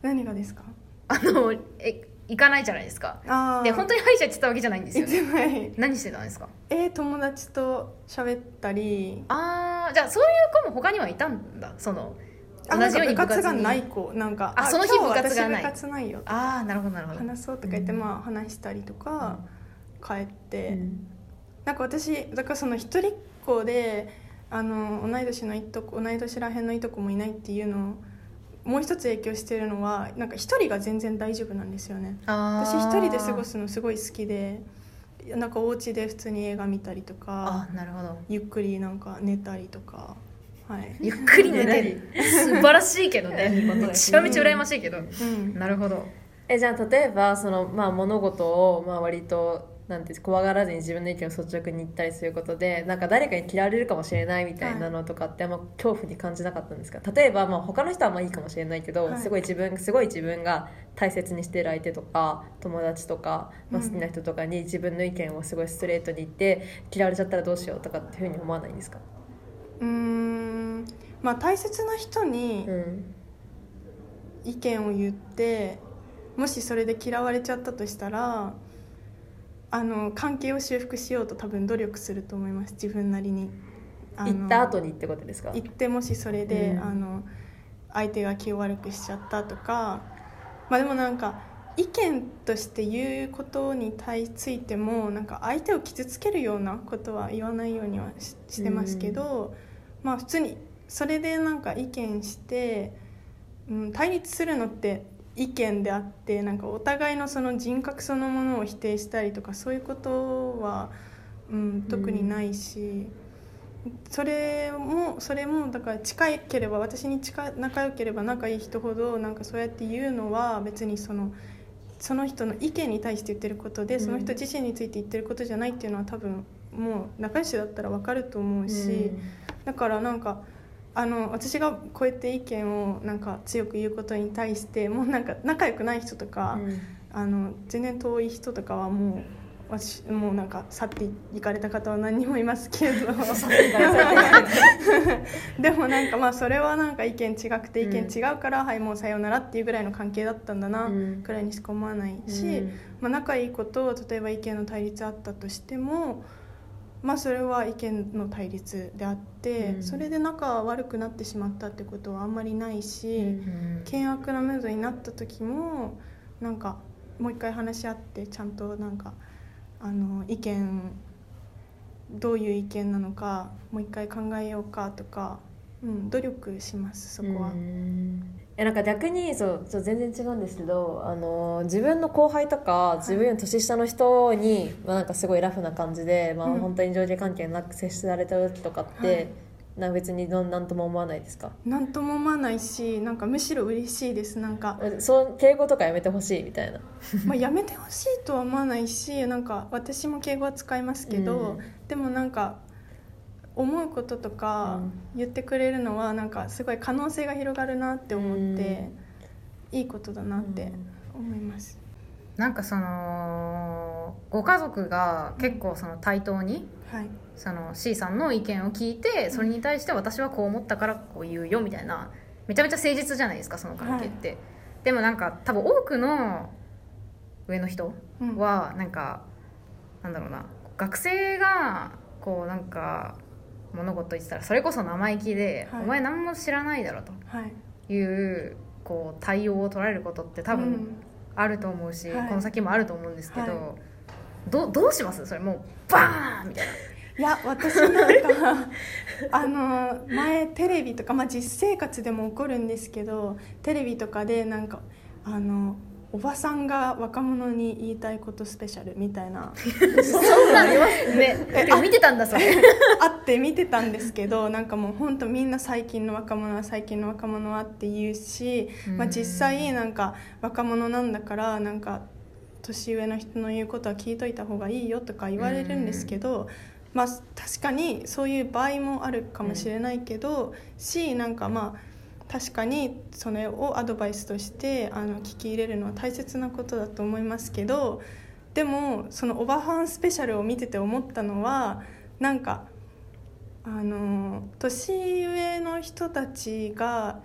Speaker 4: 何がですか
Speaker 2: あのえ行かないじゃないですか
Speaker 4: ああ
Speaker 2: で本当に歯医者行ってたわけじゃないんですよね
Speaker 4: はい
Speaker 2: 何してたんですか
Speaker 4: えー友達と喋ったり
Speaker 2: あーじゃあそういう子も他にはいたんだその
Speaker 4: あ
Speaker 2: 同じように
Speaker 4: なんか部活が
Speaker 2: に
Speaker 4: ない子なんか
Speaker 2: あその日
Speaker 4: 今日
Speaker 2: 部活がない
Speaker 4: 私部活ないよ
Speaker 2: ああなるほどなるほど
Speaker 4: 話そうとか言って、まあ話したりとか帰って、なんか私だからその一人っ子であの同い年のいとこ同い年らへんのいとこもいないっていうのもう一つ影響してるのはなんか一人が全然大丈夫なんですよね
Speaker 2: あ
Speaker 4: 私
Speaker 2: ー
Speaker 4: 一人で過ごすのすごい好きでなんかお家で普通に映画見たりとか
Speaker 2: あなるほど
Speaker 4: ゆっくりなんか寝たりとかはい、
Speaker 2: ゆっくり寝て る素晴らしいけどね
Speaker 5: いいこと
Speaker 2: め
Speaker 5: です
Speaker 2: ちゃめちゃ羨ましいけど
Speaker 4: うん、
Speaker 2: なるほど
Speaker 3: えじゃあ例えばその、まあ、物事を、まあ、割となんていうんです怖がらずに自分の意見を率直に言ったりすることでなんか誰かに嫌われるかもしれないみたいなのとかってあんま恐怖に感じなかったんですか例えばまあ他の人はまあいいかもしれないけど、
Speaker 4: はい
Speaker 3: すごい自分すごい自分が大切にしてる相手とか友達とか、まあ、
Speaker 4: うん
Speaker 3: 好きな人とかに自分の意見をすごいストレートに言って嫌われちゃったらどうしようとかっていうふうに思わないんですか、
Speaker 4: うーんまあ大切な人に
Speaker 3: うん
Speaker 4: 意見を言ってもしそれで嫌われちゃったとしたらあの関係を修復しようと多分努力すると思います自分なりに。あの
Speaker 3: 行った後にってことですか
Speaker 4: 行ってもしそれで、
Speaker 3: うん
Speaker 4: あの相手が気を悪くしちゃったとかまあでもなんか意見として言うことに対ついてもなんか相手を傷つけるようなことは言わないようにはししてますけど、まあ普通にそれでなんか意見して、うん、対立するのって意見であってなんかお互いのその人格そのものを否定したりとかそういうことは、うん、特にないし。それもそれもだから近ければ私に近い仲良ければ仲いい人ほどなんかそうやって言うのは別にそのその人の意見に対して言ってることで、
Speaker 3: うん
Speaker 4: その人自身について言ってることじゃないっていうのは多分もう仲良しだったら分かると思うし、だからなんかあの私がこうやって意見をなんか強く言うことに対してもうなんか仲良くない人とか、
Speaker 3: うん
Speaker 4: あの全然遠い人とかはもう。私もうなんか去っていかれた方は何人もいますけど でもなんかまあそれはなんか意見違くて意見違うから、はいもうさようならっていうぐらいの関係だったんだな
Speaker 3: うん
Speaker 4: くらいにしか思わないし、
Speaker 3: うん
Speaker 4: まあ、仲いい子と例えば意見の対立あったとしても、まあ、それは意見の対立であって、
Speaker 3: うん
Speaker 4: それで仲悪くなってしまったってことはあんまりないし。
Speaker 3: うん
Speaker 4: 険悪なムードになった時もなんかもう一回話し合ってちゃんとなんかあの意見どういう意見なのかもう一回考えようかとか、うん、努力しますそこは。
Speaker 3: うんえなんか逆にそうそう全然違うんですけどあの自分の後輩とか自分より年下の人に、まあ、なんかすごいラフな感じで、まあ、
Speaker 4: うん
Speaker 3: 本当に上下関係なく接された時とかって、
Speaker 4: はい
Speaker 3: なんか別にどんなんとも思わないですか
Speaker 4: なんとも思わないしなんかむしろ嬉しいですなんか、
Speaker 3: そう敬語とかやめてほしいみたいな。
Speaker 4: まあ、やめてほしいとは思わないしなんか私も敬語は使いますけど、
Speaker 3: うん
Speaker 4: でもなんか思うこととか言ってくれるのはなんかすごい可能性が広がるなって思って、いいことだなって思います。
Speaker 2: なんかそのご家族が結構その対等に
Speaker 4: はい、
Speaker 2: その C さんの意見を聞いてそれに対して私はこう思ったからこう言うよみたいなめちゃめちゃ誠実じゃないですかその関係って、でもなんか多分多くの上の人
Speaker 4: うん、
Speaker 2: はなんかなんだろうな学生がこうなんか物事言ってたらそれこそ生意気で「
Speaker 4: はい
Speaker 2: お前何も知らないだろ」
Speaker 4: はい、
Speaker 2: というこう対応を取られることって多分、あると思うし、
Speaker 4: はい
Speaker 2: この先もあると思うんですけど、
Speaker 4: は
Speaker 2: どどうしますそれもうバーンみたいな
Speaker 4: うん、いや私なんかあの前テレビとか、まあ、実生活でも起こるんですけどテレビとかでなんかあのおばさんが若者に言いたいことスペシャルみたいな
Speaker 2: そんなのありますねでも見てたんだそれ
Speaker 4: あって見てたんですけどなんかもうほんとみんな最近の若者は最近の若者はって言うし、まあ、
Speaker 2: うん
Speaker 4: 実際なんか若者なんだからなんか年上の人の言うことは聞いといた方がいいよとか言われるんですけど、まあ、確かにそういう場合もあるかもしれないけど、しなんかまあ確かにそれをアドバイスとしてあの聞き入れるのは大切なことだと思いますけどでもその「オバハンスペシャル」を見てて思ったのはなんかあの年上の人たちが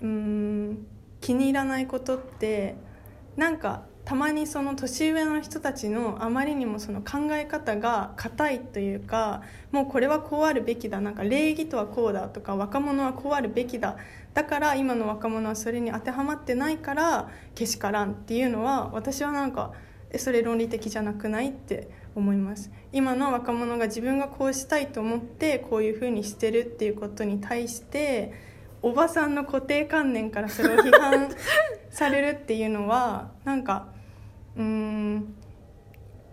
Speaker 4: うーん気に入らないことってなんかたまにその年上の人たちのあまりにもその考え方が硬いというかもうこれはこうあるべきだなんか礼儀とはこうだとか若者はこうあるべきだだから今の若者はそれに当てはまってないからけしからんっていうのは私はなんかえそれ論理的じゃなくないって思います今の若者が自分がこうしたいと思ってこういうふうにしてるっていうことに対しておばさんの固定観念からそれを批判されるっていうのはなんかうーん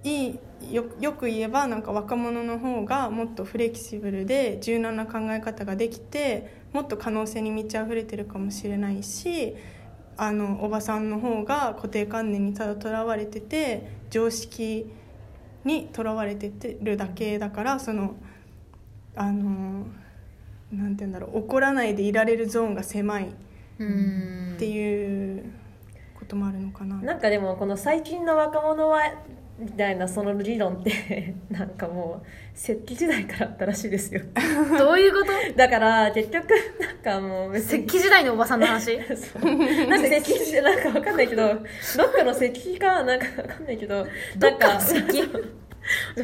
Speaker 4: いいよよく言えばなんか若者の方がもっとフレキシブルで柔軟な考え方ができてもっと可能性に満ち溢れてるかもしれないしあのおばさんの方が固定観念にただとらわれてて常識にとらわれてってるだけだからそのあのなんて言うんだろう怒らないでいられるゾーンが狭いっ
Speaker 2: うん
Speaker 4: ていうこともあるのかな。
Speaker 3: なんかでもこの最近の若者はみたいなその理論って なんかもう石器時代からあったらしいですよ
Speaker 2: どういうこと
Speaker 3: だから結局なんかもう別
Speaker 2: 石
Speaker 3: に
Speaker 2: 器時代のおばさんの話
Speaker 3: なんか石器時代なんかわかんないけどどっかの石器かなんかわかんないけどなんか石器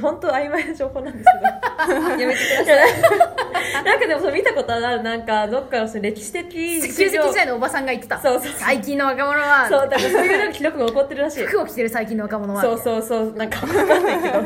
Speaker 3: 本当曖昧な情報なんですけどやめてくださいなんかでもそう見たことあるなんかどっかのその歴史的
Speaker 2: 石器時代のおばさんが言ってた
Speaker 3: そうそうそう
Speaker 2: 最近の若者
Speaker 3: そうだ
Speaker 2: は
Speaker 3: からそういうなんか記録が起こってるらしい
Speaker 2: 服を着てる最近の若者は
Speaker 3: そうそうそうなんかわかんない けど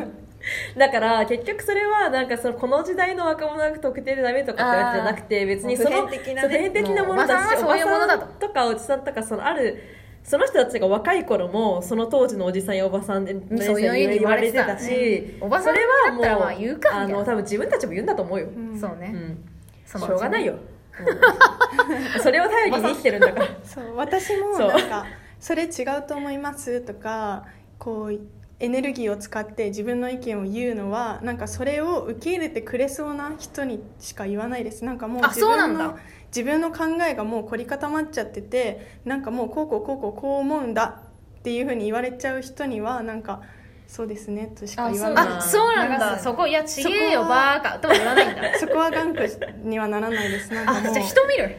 Speaker 3: だから結局それはなんかそのこの時代の若者が特定でダメとかってわけじゃなくて別にその
Speaker 5: もう普遍的なね
Speaker 3: そう普遍的なも
Speaker 2: もう
Speaker 3: のだし
Speaker 2: おばさんはそういうものだと
Speaker 3: おばさんとかおじさんとかそのあるその人たちが若い頃もその当時のおじさんやおばさんで
Speaker 2: そういうように言われてた
Speaker 3: 言われてたし
Speaker 2: おばさん
Speaker 3: それはも
Speaker 2: だったらまあ言うかみた
Speaker 3: あ
Speaker 2: いな
Speaker 3: の多分自分たちも言うんだと思うよ、
Speaker 4: うん
Speaker 2: そうね、
Speaker 3: うん、
Speaker 2: そ
Speaker 3: し
Speaker 2: の
Speaker 3: ょうがないよ、 うんそれを頼りに生きてるんだから
Speaker 4: そう私も
Speaker 3: そう
Speaker 4: なんか「それ違うと思います」とかこうエネルギーを使って自分の意見を言うのはなんかそれを受け入れてくれそうな人にしか言わないですなんかもう
Speaker 2: あ
Speaker 4: 自
Speaker 2: そうな
Speaker 4: 分
Speaker 2: んだ
Speaker 4: の自分の考えがもう凝り固まっちゃっててなんかもうこうこうこうこうこう思うんだっていうふうに言われちゃう人にはなんか「そうですね」としか言わない
Speaker 2: あそうなんだ
Speaker 5: 流す
Speaker 2: そこいやちげえ
Speaker 4: そ
Speaker 2: よ
Speaker 4: こは
Speaker 2: バーカとも言わないんだ
Speaker 4: そこは頑固にはならないですなんか
Speaker 2: あ
Speaker 4: もう
Speaker 2: じゃあ人見る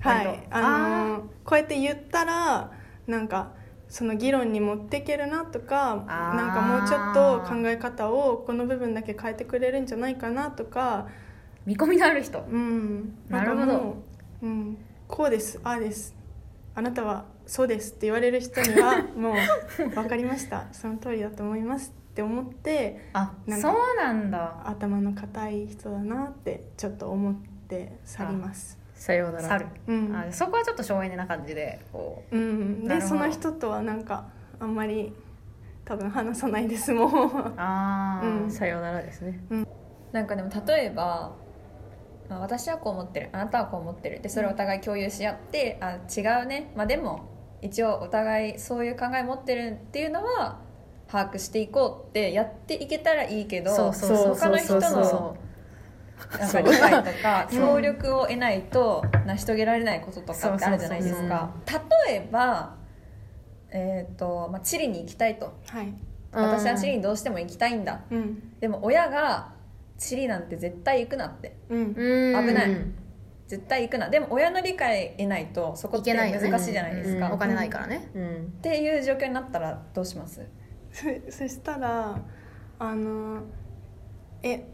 Speaker 4: はい、
Speaker 2: あ
Speaker 4: あ
Speaker 2: の
Speaker 4: のーこうやって言ったらなんかその議論に持っていけるなとか
Speaker 2: あー
Speaker 4: なんかもうちょっと考え方をこの部分だけ変えてくれるんじゃないかなとか、
Speaker 2: 見込みのある人
Speaker 4: うん、んかも
Speaker 2: な
Speaker 4: う
Speaker 2: るほ
Speaker 4: うん、こうですああですあなたはそうですって言われる人に はもう分かりましたその通りだと思いますって思って
Speaker 2: あ
Speaker 4: なん
Speaker 2: そ
Speaker 4: か
Speaker 2: うなんだ
Speaker 4: 頭の固い人だなってちょっと思って去ります。
Speaker 3: さような
Speaker 2: 猿、
Speaker 4: うん
Speaker 2: あそこはちょっと省エネな感じでこう
Speaker 4: うん、
Speaker 2: なる
Speaker 4: で
Speaker 2: ほど
Speaker 4: その人とはなんかあんまり多分話さないです もう
Speaker 2: ああ、
Speaker 4: うん
Speaker 3: さようならですね
Speaker 5: なんかでも例えばあ私はこう思ってるあなたはこう思ってるでそれをお互い共有し合って、あ違うねまあでも一応お互いそういう考え持ってるっていうのは把握していこうってやっていけたらいいけど
Speaker 2: そうそうそう
Speaker 5: 他の人
Speaker 2: そうそう
Speaker 5: の
Speaker 2: そ
Speaker 5: なんか理解とか
Speaker 4: うん
Speaker 5: 協力を得ないと成し遂げられないこととかってあるじゃないですか例えば、えーとまあ、チリに行きたいと
Speaker 4: はい、
Speaker 2: ううん
Speaker 5: 私はチリにどうしても行きたいんだ
Speaker 4: うん
Speaker 5: でも親がチリなんて絶対行くなって
Speaker 4: うん
Speaker 2: うん
Speaker 5: 危ない絶対行くなでも親の理解得ないとそこっ
Speaker 2: い
Speaker 5: て
Speaker 2: けないよね
Speaker 5: 難しいじゃないですか、
Speaker 3: うん
Speaker 2: お金ないからね、
Speaker 3: うん
Speaker 5: っていう状況になったらどうします
Speaker 4: そそしたらあのえ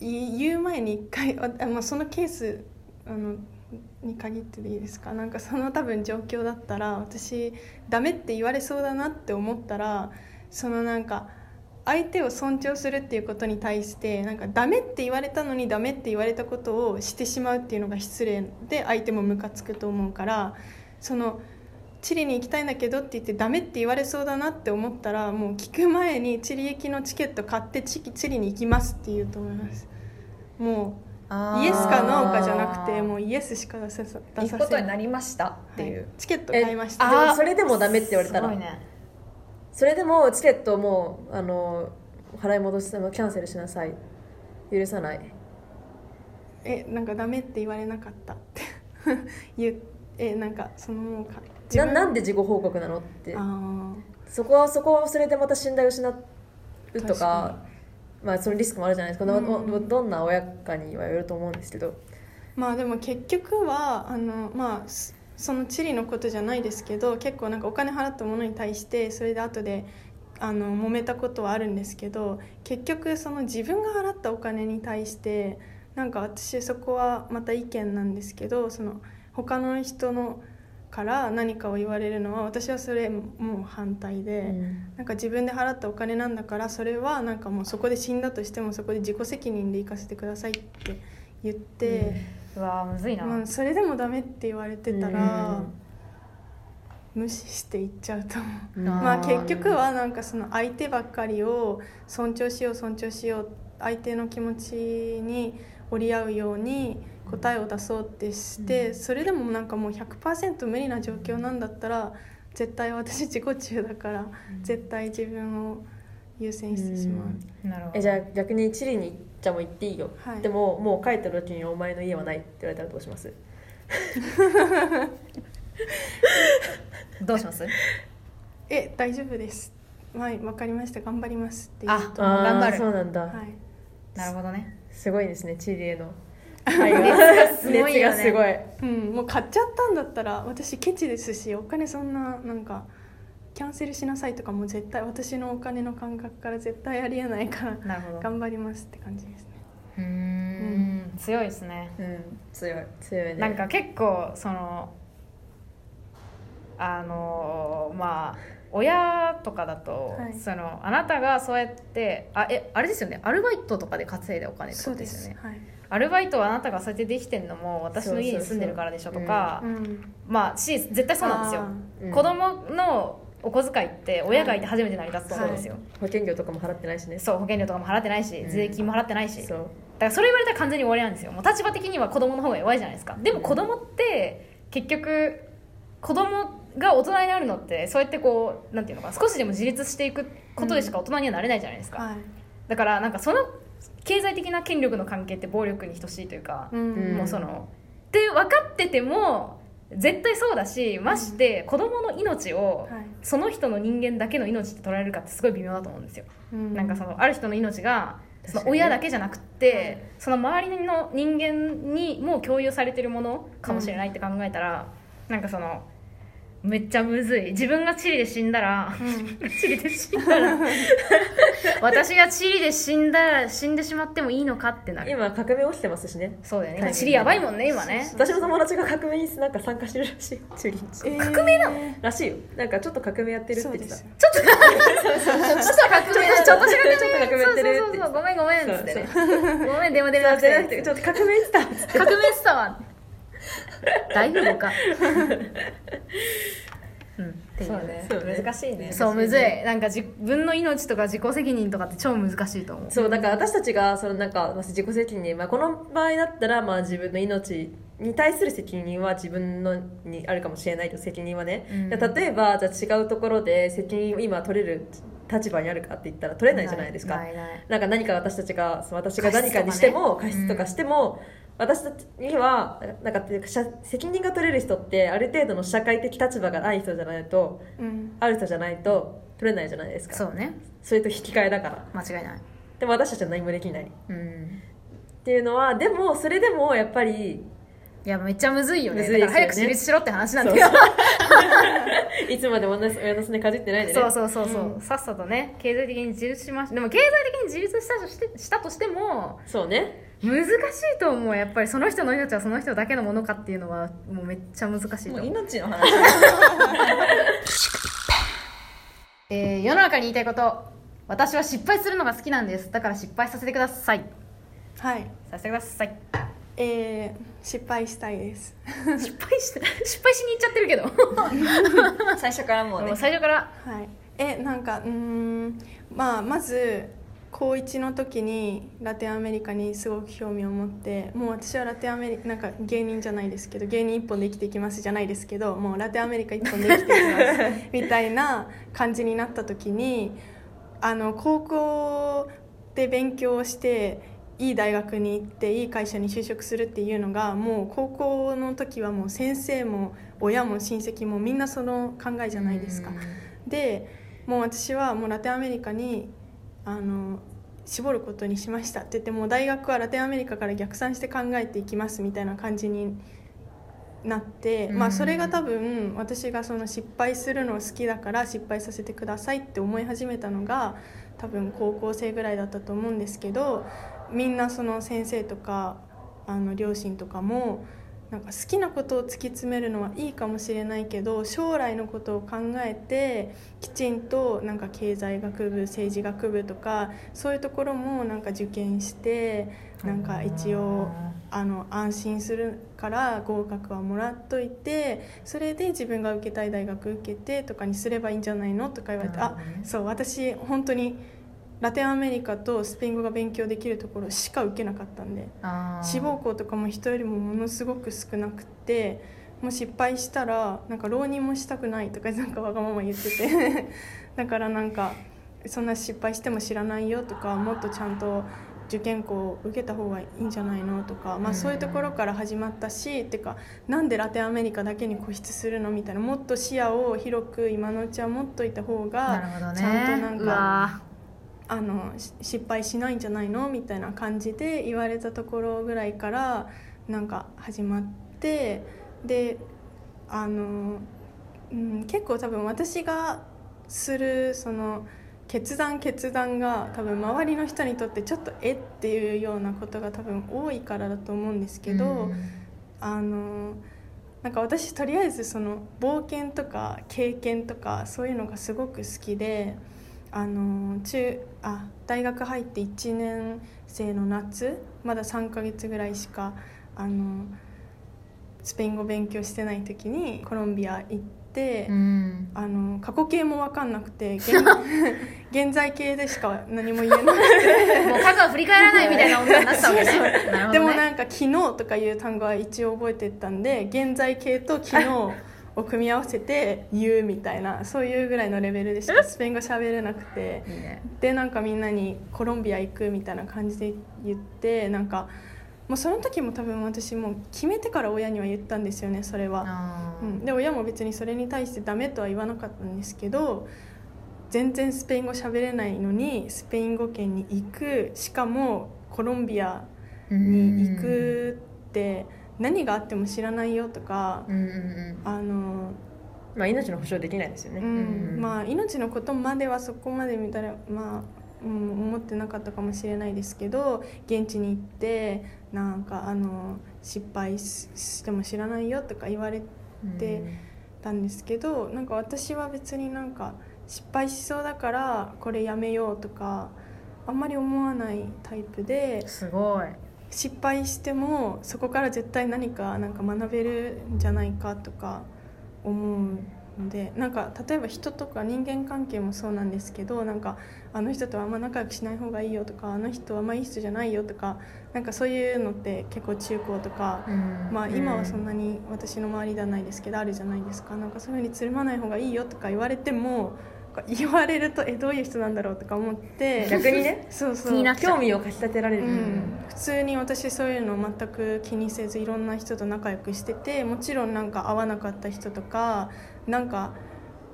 Speaker 4: い言う前に一回あ、あまあ、そのケースあのに限ってでいいですかなんかその多分状況だったら私ダメって言われそうだなって思ったらそのなんか相手を尊重するっていうことに対してなんかダメって言われたのにダメって言われたことをしてしまうっていうのが失礼で相手もムカつくと思うからそのチリに行きたいんだけどって言ってダメって言われそうだなって思ったらもう聞く前にチリ行きのチケット買ってチキチリに行きますって言うと思いますもうイエスかノーかじゃなくてもうイエスしか出ささ出
Speaker 5: 行
Speaker 4: さ
Speaker 5: く
Speaker 4: せ
Speaker 5: ことになりましたっていう、
Speaker 4: はいチケット買いまし
Speaker 2: え
Speaker 4: た
Speaker 2: あー
Speaker 3: でもそれでもダメって言われた
Speaker 2: す
Speaker 3: ら、
Speaker 2: ごいね
Speaker 3: それでもチケットをもうあの払い戻しあのキャンセルしなさい許さない
Speaker 4: えなんかダメって言われなかったって言うえなんかそのもうか
Speaker 3: ななんで事後報告なのって
Speaker 4: あー
Speaker 3: そこはそこはそれでまた信頼を失うとか
Speaker 4: 確か
Speaker 3: まあそのリスクもあるじゃないですか、ど
Speaker 4: うん
Speaker 3: どどんな親かにはよると思うんですけど
Speaker 4: まあでも結局はあのまあすその地理のことじゃないですけど結構なんかお金払ったものに対してそれで後であの揉めたことはあるんですけど結局その自分が払ったお金に対してなんか私そこはまた意見なんですけどその他の人のから何かを言われるのは私はそれもう反対で。
Speaker 3: うん
Speaker 4: なんか自分で払ったお金なんだからそれはなんかもうそこで死んだとしてもそこで自己責任で行かせてくださいって言って、
Speaker 2: うわーむずいな、
Speaker 4: まあ、それでもダメって言われてたら、無視して行っちゃうと思う。
Speaker 3: うん
Speaker 2: あー
Speaker 4: まあ、結局はなんかその相手ばっかりを尊重しよう尊重しよう相手の気持ちに折り合うように答えを出そうってして、それでもなんかもう100%無理な状況なんだったら絶対私自己中だから絶対自分を優先してしまう、
Speaker 3: うん
Speaker 2: なるほど
Speaker 3: えじゃあ逆にチリに行っちゃも行っていいよ、
Speaker 4: はい
Speaker 3: でももう帰った時にお前の家はないって言われたらどうします
Speaker 2: どうします
Speaker 4: え大丈夫ですはいわかりました頑張りますって言
Speaker 2: あ
Speaker 4: うと
Speaker 2: ー頑張る
Speaker 3: そうなんだ、
Speaker 4: はい
Speaker 2: なるほどね
Speaker 3: すごいですねチリ への愛が
Speaker 2: すごいよね
Speaker 3: 熱がすごい
Speaker 4: うん、もう買っちゃったんだったら私ケチですしお金そんななんかキャンセルしなさいとかも絶対私のお金の感覚から絶対ありえないから
Speaker 2: なるほど
Speaker 4: 頑張りますって感じですね
Speaker 2: うーん強いですね
Speaker 3: うん
Speaker 5: 強い
Speaker 3: 強いね
Speaker 2: なんか結構そのあのまあ親とかだと、
Speaker 4: はい
Speaker 2: そのあなたがそうやってあえあれですよねアルバイトとかで稼いでお金ってことですよね
Speaker 4: はい、
Speaker 2: アルバイトはあなたがそうやってできてんのも私の家に住んでるからでしょとか
Speaker 4: うん、
Speaker 2: まあし絶対そうなんですよ、
Speaker 3: うん
Speaker 2: 子供のお小遣いって親がいて初めて成り立つと思うんですよ、
Speaker 3: 保険料とかも払ってないしね
Speaker 2: そう保険料とかも払ってないし
Speaker 3: うん
Speaker 2: 税金も払ってないし、
Speaker 3: そう
Speaker 2: だからそれ言われたら完全に終わりなんですよもう立場的には子供の方が弱いじゃないですかでも子供って結局子供が大人になるのってそうやってこうなんていうのかな少しでも自立していくことでしか大人にはなれないじゃないですか、
Speaker 4: はい、
Speaker 2: だからなんかその経済的な権力の関係って暴力に等しいというか、
Speaker 4: うん
Speaker 3: ん
Speaker 2: もうそのって分かってても絶対そうだしまして子供の命を
Speaker 4: はい
Speaker 2: その人の人間だけの命って捉えるかってすごい微妙だと思うんですよ
Speaker 4: うん、
Speaker 2: なんかそのある人の命がそ
Speaker 3: 確かにね
Speaker 2: の親だけじゃなくってその周りの人間にも共有されてるものかもしれないって考えたら、なんかそのめっちゃむずい自分がチリで死んだら
Speaker 4: うん
Speaker 2: チリで死んだら私がチリで死んだら死んでしまってもいいのかってなる
Speaker 3: 今革命起きてますしね
Speaker 2: そうだよね
Speaker 3: は
Speaker 2: 今
Speaker 3: い
Speaker 2: チリやばいもんね今ね
Speaker 3: 私の友達が革命になんか参加してるらしいチリ
Speaker 4: 革命なの
Speaker 3: らしいよなんかちょっと革命やってるって
Speaker 4: そ
Speaker 3: 言
Speaker 4: うで
Speaker 3: ってた
Speaker 4: すよ
Speaker 2: ちょっと革命ちょっと
Speaker 3: ちょっと革命やってる
Speaker 2: そうそうそうそうごめんごめんっつってねごめん電話出れなく
Speaker 3: じゃなく
Speaker 2: て
Speaker 3: てちょっと革命って言ってた
Speaker 2: 革命したわ大富豪かうんってい
Speaker 5: そう
Speaker 2: う
Speaker 5: ね
Speaker 3: そうね
Speaker 5: 難しいね
Speaker 2: そうむずいなんか自分の命とか自己責任とかって超難しいと思う
Speaker 3: そうだから私たちがそのなんかまあ自己責任、まあ、この場合だったらまあ自分の命に対する責任は自分のにあるかもしれないと責任はね、
Speaker 2: うん
Speaker 3: だから例えばじゃあ違うところで責任を今取れる立場にあるかって言ったら取れないじゃないですか。
Speaker 2: ないない
Speaker 3: なんか何か私たちがそう私が
Speaker 2: 過失
Speaker 3: 何
Speaker 2: とかね
Speaker 3: かにしても
Speaker 2: うん
Speaker 3: 過失とかしても、私たちにはなんかっていうかしゃ責任が取れる人ってある程度の社会的立場がない人じゃないと
Speaker 4: うん
Speaker 3: ある人じゃないと取れないじゃないですか
Speaker 2: そうね
Speaker 3: それと引き換えだから
Speaker 2: 間違いない
Speaker 3: でも私たちは何もできない
Speaker 2: うん
Speaker 3: っていうのはでもそれでもやっぱり
Speaker 2: いやめっちゃむずいよね
Speaker 3: むずいです
Speaker 2: だ
Speaker 3: よね
Speaker 2: から早く死滅しろって話なんだよ
Speaker 3: いつまでも同じ親のすねかじってないでね
Speaker 2: そうそうそうそう、さっさとね経済的に自立しましでも経済的に自立したとしてしたとしても
Speaker 3: そうね
Speaker 2: 難しいと思うやっぱりその人の命はその人だけのものかっていうのはもうめっちゃ難しいと
Speaker 5: も
Speaker 2: 思う
Speaker 5: う命の話
Speaker 2: えー世の中に言いたいこと私は失敗するのが好きなんですだから失敗させてください
Speaker 4: はい
Speaker 2: させてください
Speaker 4: えー、失敗したいです
Speaker 2: 失敗して失敗しに行っちゃってるけど
Speaker 5: 最初からもう ね
Speaker 2: もう最初から
Speaker 4: はい、えなんかうーん、まあ、まず高1の時にラテンアメリカにすごく興味を持ってもう私はラテンアメリカなんか芸人じゃないですけど芸人一本で生きていきますじゃないですけどもうラテンアメリカ一本で生きていきますみたいな感じになった時にあの高校で勉強をしていい大学に行っていい会社に就職するっていうのがもう高校の時はもう先生も親も親戚もみんなその考えじゃないですか。でもう私はもうラテンアメリカにあの絞ることにしましたって言ってもう大学はラテンアメリカから逆算して考えていきますみたいな感じになって、ま
Speaker 2: う
Speaker 4: あ、
Speaker 2: ん
Speaker 4: それが多分私がその失敗するのを好きだから失敗させてくださいって思い始めたのが多分高校生ぐらいだったと思うんですけどみんなその先生とかあの両親とかもなんか好きなことを突き詰めるのはいいかもしれないけど将来のことを考えてきちんとなんか経済学部政治学部とかそういうところもなんか受験してなんか一応あの安心するから合格はもらっといてそれで自分が受けたい大学受けてとかにすればいいんじゃないのとか言われて、
Speaker 2: なる
Speaker 4: あ
Speaker 2: ほどね
Speaker 4: そう私本当にラテンアメリカとスペイン語が勉強できるところしか受けなかったんで。
Speaker 2: あー
Speaker 4: 志望校とかも人よりもものすごく少なくてもう失敗した らなんか浪人もしたくないとかなんかわがまま言っててだからなんかそんな失敗しても知らないよとかもっとちゃんと受験校を受けた方がいいんじゃないのとか、まあ、そういうところから始まったし、てかなんでラテンアメリカだけに固執するのみたいなもっと視野を広く今のうちは持っといた方
Speaker 2: な
Speaker 4: が
Speaker 2: るほどね
Speaker 4: ちゃんとなん
Speaker 2: う
Speaker 4: か
Speaker 2: わ
Speaker 4: あのし失敗しないんじゃないのみたいな感じで言われたところぐらいからなんか始まってであの、うん、結構多分私がするその決断決断が多分周りの人にとってちょっとえっていうようなことが多分多いからだと思うんですけど。あのなんか私とりあえずその冒険とか経験とかそういうのがすごく好きであの中あ大学入って1年生の夏まだ3ヶ月ぐらいしかあのスペイン語勉強してない時にコロンビア行って。
Speaker 2: うん
Speaker 4: あの過去形も分かんなくて現 現在形でしか何も言えなくて
Speaker 2: もう過去は振り返らないみたいな女になったわけねなるほどね
Speaker 4: でもなんか「昨日」とかいう単語は一応覚えてったんで現在形と「昨日」を組み合わせ て言うみたいなそういうぐらいのレベルでしかスペイン語喋れなくて
Speaker 2: いいね
Speaker 4: でなんかみんなに「コロンビア行く」みたいな感じで言ってなんかもうその時も多分私もう決めてから親には言ったんですよねそれは。
Speaker 2: あ
Speaker 4: う
Speaker 2: ー
Speaker 4: ん、で親も別にそれに対してダメとは言わなかったんですけど全然スペイン語喋れないのにスペイン語圏に行くしかもコロンビアに行くって何があっても知らないよとか
Speaker 2: うんうんうん
Speaker 4: あの、
Speaker 3: まあ、命の保証できないですよね、
Speaker 4: うん
Speaker 3: あ、
Speaker 4: まあ、命のことまではそこまで見たら、まあうん、思ってなかったかもしれないですけど現地に行ってなんかあの失敗ししても知らないよとか言われて。
Speaker 2: うん
Speaker 4: でたんですけどなんか私は別になんか失敗しそうだからこれやめようとかあんまり思わないタイプです
Speaker 2: ごい
Speaker 4: 失敗してもそこから絶対何かなんか学べるんじゃないかとか思うのでなんか例えば人とか人間関係もそうなんですけどなんかあの人とはあんま仲良くしない方がいいよとかあの人はあんまいい人じゃないよとかなんかそういうのって結構中高とか
Speaker 2: うん
Speaker 4: まあ、今はそんなに私の周りではないですけどあるじゃないですかなんかそういうふうにつるまない方がいいよとか言われてもこう言われるとえどういう人なんだろうとか思って
Speaker 3: 逆にね
Speaker 4: そうそう
Speaker 2: 気になっちゃう
Speaker 3: 興味をかきたてられ
Speaker 4: う
Speaker 3: る、
Speaker 4: ん、普通に私そういうの全く気にせずいろんな人と仲良くしててもちろんなんか合わなかった人とかなんか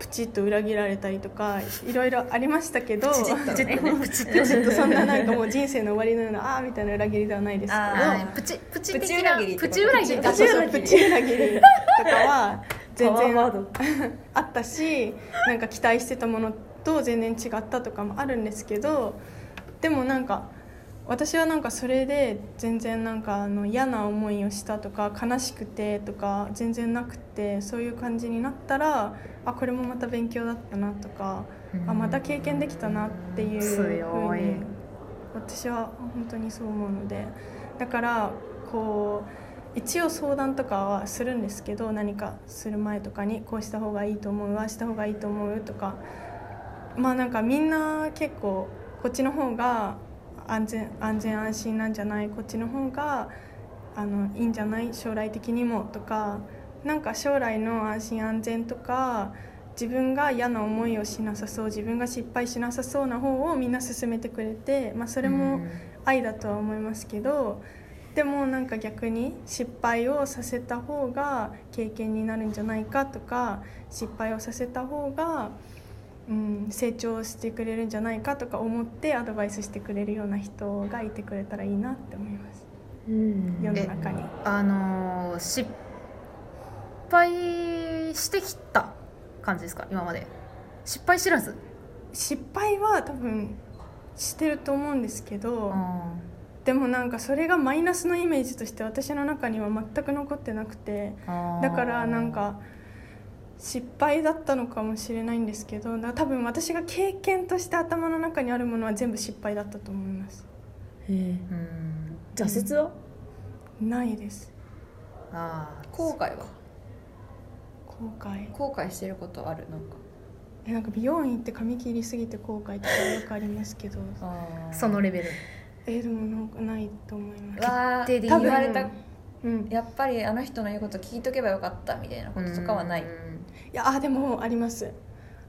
Speaker 4: プチッと裏切られたりとかいろいろありましたけど
Speaker 2: プチッとねプチッ
Speaker 4: プチッとそんななんかもう人生の終わりのようなああみたいな裏切りではないですけ
Speaker 5: あ
Speaker 4: ど
Speaker 5: ー。
Speaker 2: はいプチプチ的
Speaker 5: プチ裏
Speaker 2: な
Speaker 5: 切りってこと
Speaker 2: プチ裏切り
Speaker 4: プチ裏切りプチ裏切りとかは全
Speaker 3: パワーワ
Speaker 4: 然
Speaker 3: ード
Speaker 4: あったしなんか期待してたものと全然違ったとかもあるんですけどでもなんか私はなんかそれで全然なんかあの嫌な思いをしたとか悲しくてとか全然なくてそういう感じになったらあこれもまた勉強だったなとかあまた経験できたなっていうふ
Speaker 2: 強
Speaker 4: う
Speaker 2: い
Speaker 4: に私は本当にそう思うのでだからこう一応相談とかはするんですけど何かする前とかにこうした方がいいと思うああした方がいいと思うとかまあなんかみんな結構こっちの方が安全安全安心なんじゃないこっちの方があのいいんじゃない将来的にもとかなんか将来の安心安全とか自分が嫌な思いをしなさそう自分が失敗しなさそうな方をみんな勧めてくれて、まあ、それも愛だとは思いますけど、でもなんか逆に失敗をさせた方が経験になるんじゃないかとか失敗をさせた方が、うん、成長してくれるんじゃないかとか思ってアドバイスしてくれるような人がいてくれたらいいなって思います
Speaker 3: うん
Speaker 4: 世の中に。
Speaker 2: あのー失敗してきた感じですか今まで失敗知らず
Speaker 4: 失敗は多分してると思うんですけど。
Speaker 2: あ
Speaker 4: でもなんかそれがマイナスのイメージとして私の中には全く残ってなくて
Speaker 2: ー
Speaker 4: だからなんか失敗だったのかもしれないんですけどだから多分私が経験として頭の中にあるものは全部失敗だったと思います
Speaker 3: え
Speaker 2: うん
Speaker 3: え挫折は
Speaker 4: ないです
Speaker 2: あ
Speaker 5: 後悔は
Speaker 4: 後悔
Speaker 5: 後悔してることあるなんか
Speaker 4: えなんか美容院行って髪切りすぎて後悔とかよくありますけど
Speaker 2: ーそのレベル
Speaker 4: えでもなんかないと思います
Speaker 5: わあ
Speaker 2: 決定的に
Speaker 5: 言われた
Speaker 4: うん
Speaker 5: やっぱりあの人の言うこと聞いとけばよかったみたいなこととかはない
Speaker 2: うん
Speaker 4: いやあでもあります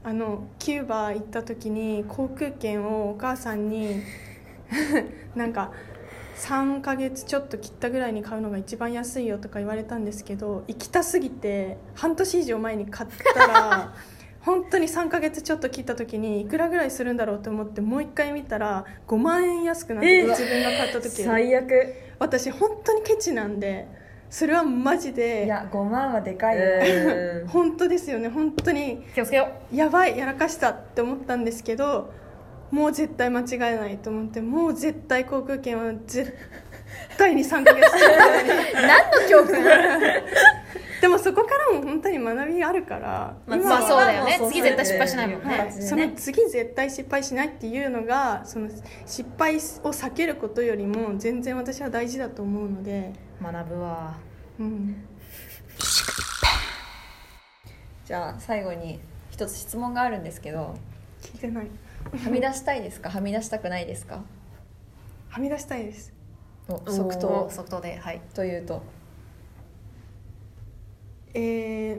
Speaker 4: あのキューバ行った時に航空券をお母さんに なんか3ヶ月ちょっと切ったぐらいに買うのが一番安いよとか言われたんですけど行きたすぎて半年以上前に買った ら本当に3ヶ月ちょっと切った時にいくらぐらいするんだろうと思ってもう一回見たら5万円安くなって
Speaker 3: えー
Speaker 4: 自分が買った時より
Speaker 3: 最悪
Speaker 4: 私本当にケチなんでそれはマジ
Speaker 5: い
Speaker 4: で
Speaker 5: や5万はでかいよ、
Speaker 3: うん
Speaker 4: 本当ですよね本当に
Speaker 2: 気をつけよ
Speaker 4: やばいやらかしたって思ったんですけどもう絶対間違えないと思ってもう絶対航空券は絶対に3ヶ月 間以内に
Speaker 2: う何の教訓
Speaker 4: でもそこからも本当に学びあるから、
Speaker 5: まあ
Speaker 4: 今
Speaker 2: ま
Speaker 4: は
Speaker 2: あそうだよね
Speaker 5: そうそう
Speaker 2: 次絶対失敗しないもん
Speaker 5: はい
Speaker 2: ね
Speaker 4: その次絶対失敗しないっていうのがその失敗を避けることよりも全然私は大事だと思うので、
Speaker 2: 学ぶわ
Speaker 4: うん、
Speaker 5: じゃあ最後に一つ質問があるんですけど
Speaker 4: 聞いてない
Speaker 5: はみ出したいですかはみ出したくないですか
Speaker 4: はみ出したいです
Speaker 5: お即答
Speaker 2: 即答ではい
Speaker 5: というと
Speaker 4: え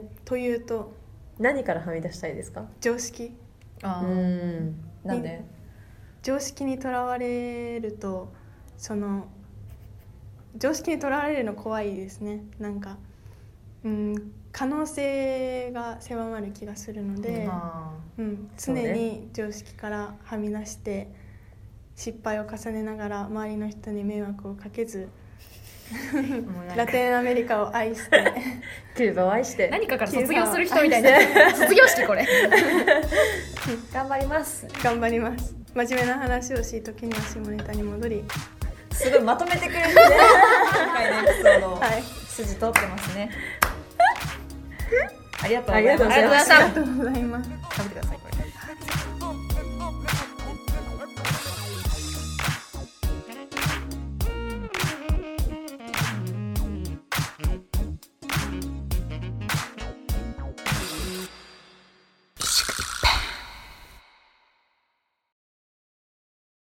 Speaker 4: ー、というと
Speaker 3: 何からはみ出したいですか
Speaker 4: 常識
Speaker 2: あ
Speaker 3: う
Speaker 2: ー
Speaker 3: ん
Speaker 5: なんで
Speaker 4: 常識にとらわれるとその常識にとらわれるの怖いですねなんかうん可能性が狭まる気がするので、
Speaker 2: あ
Speaker 4: うん、
Speaker 3: そ
Speaker 4: 常
Speaker 3: うね
Speaker 4: に常識からはみ出して失敗を重ねながら周りの人に迷惑をかけず
Speaker 2: ーもうなんか
Speaker 4: ラテンアメリカを愛して
Speaker 3: キューバを愛して
Speaker 2: 何かから卒業する人みたいな 卒業式これ
Speaker 5: 頑張ります
Speaker 4: 頑張ります真面目な話をし時には下ネタに戻り
Speaker 5: すごいまとめてくれるね 今回のエピソードを
Speaker 4: はい
Speaker 5: 筋通ってます ねありがとう
Speaker 3: ありがと
Speaker 5: ご
Speaker 3: うご
Speaker 5: ざい
Speaker 3: ざい
Speaker 5: ま
Speaker 3: ますす
Speaker 2: ありがとうございました
Speaker 4: ありがとうございます
Speaker 2: 食べてくださいこれ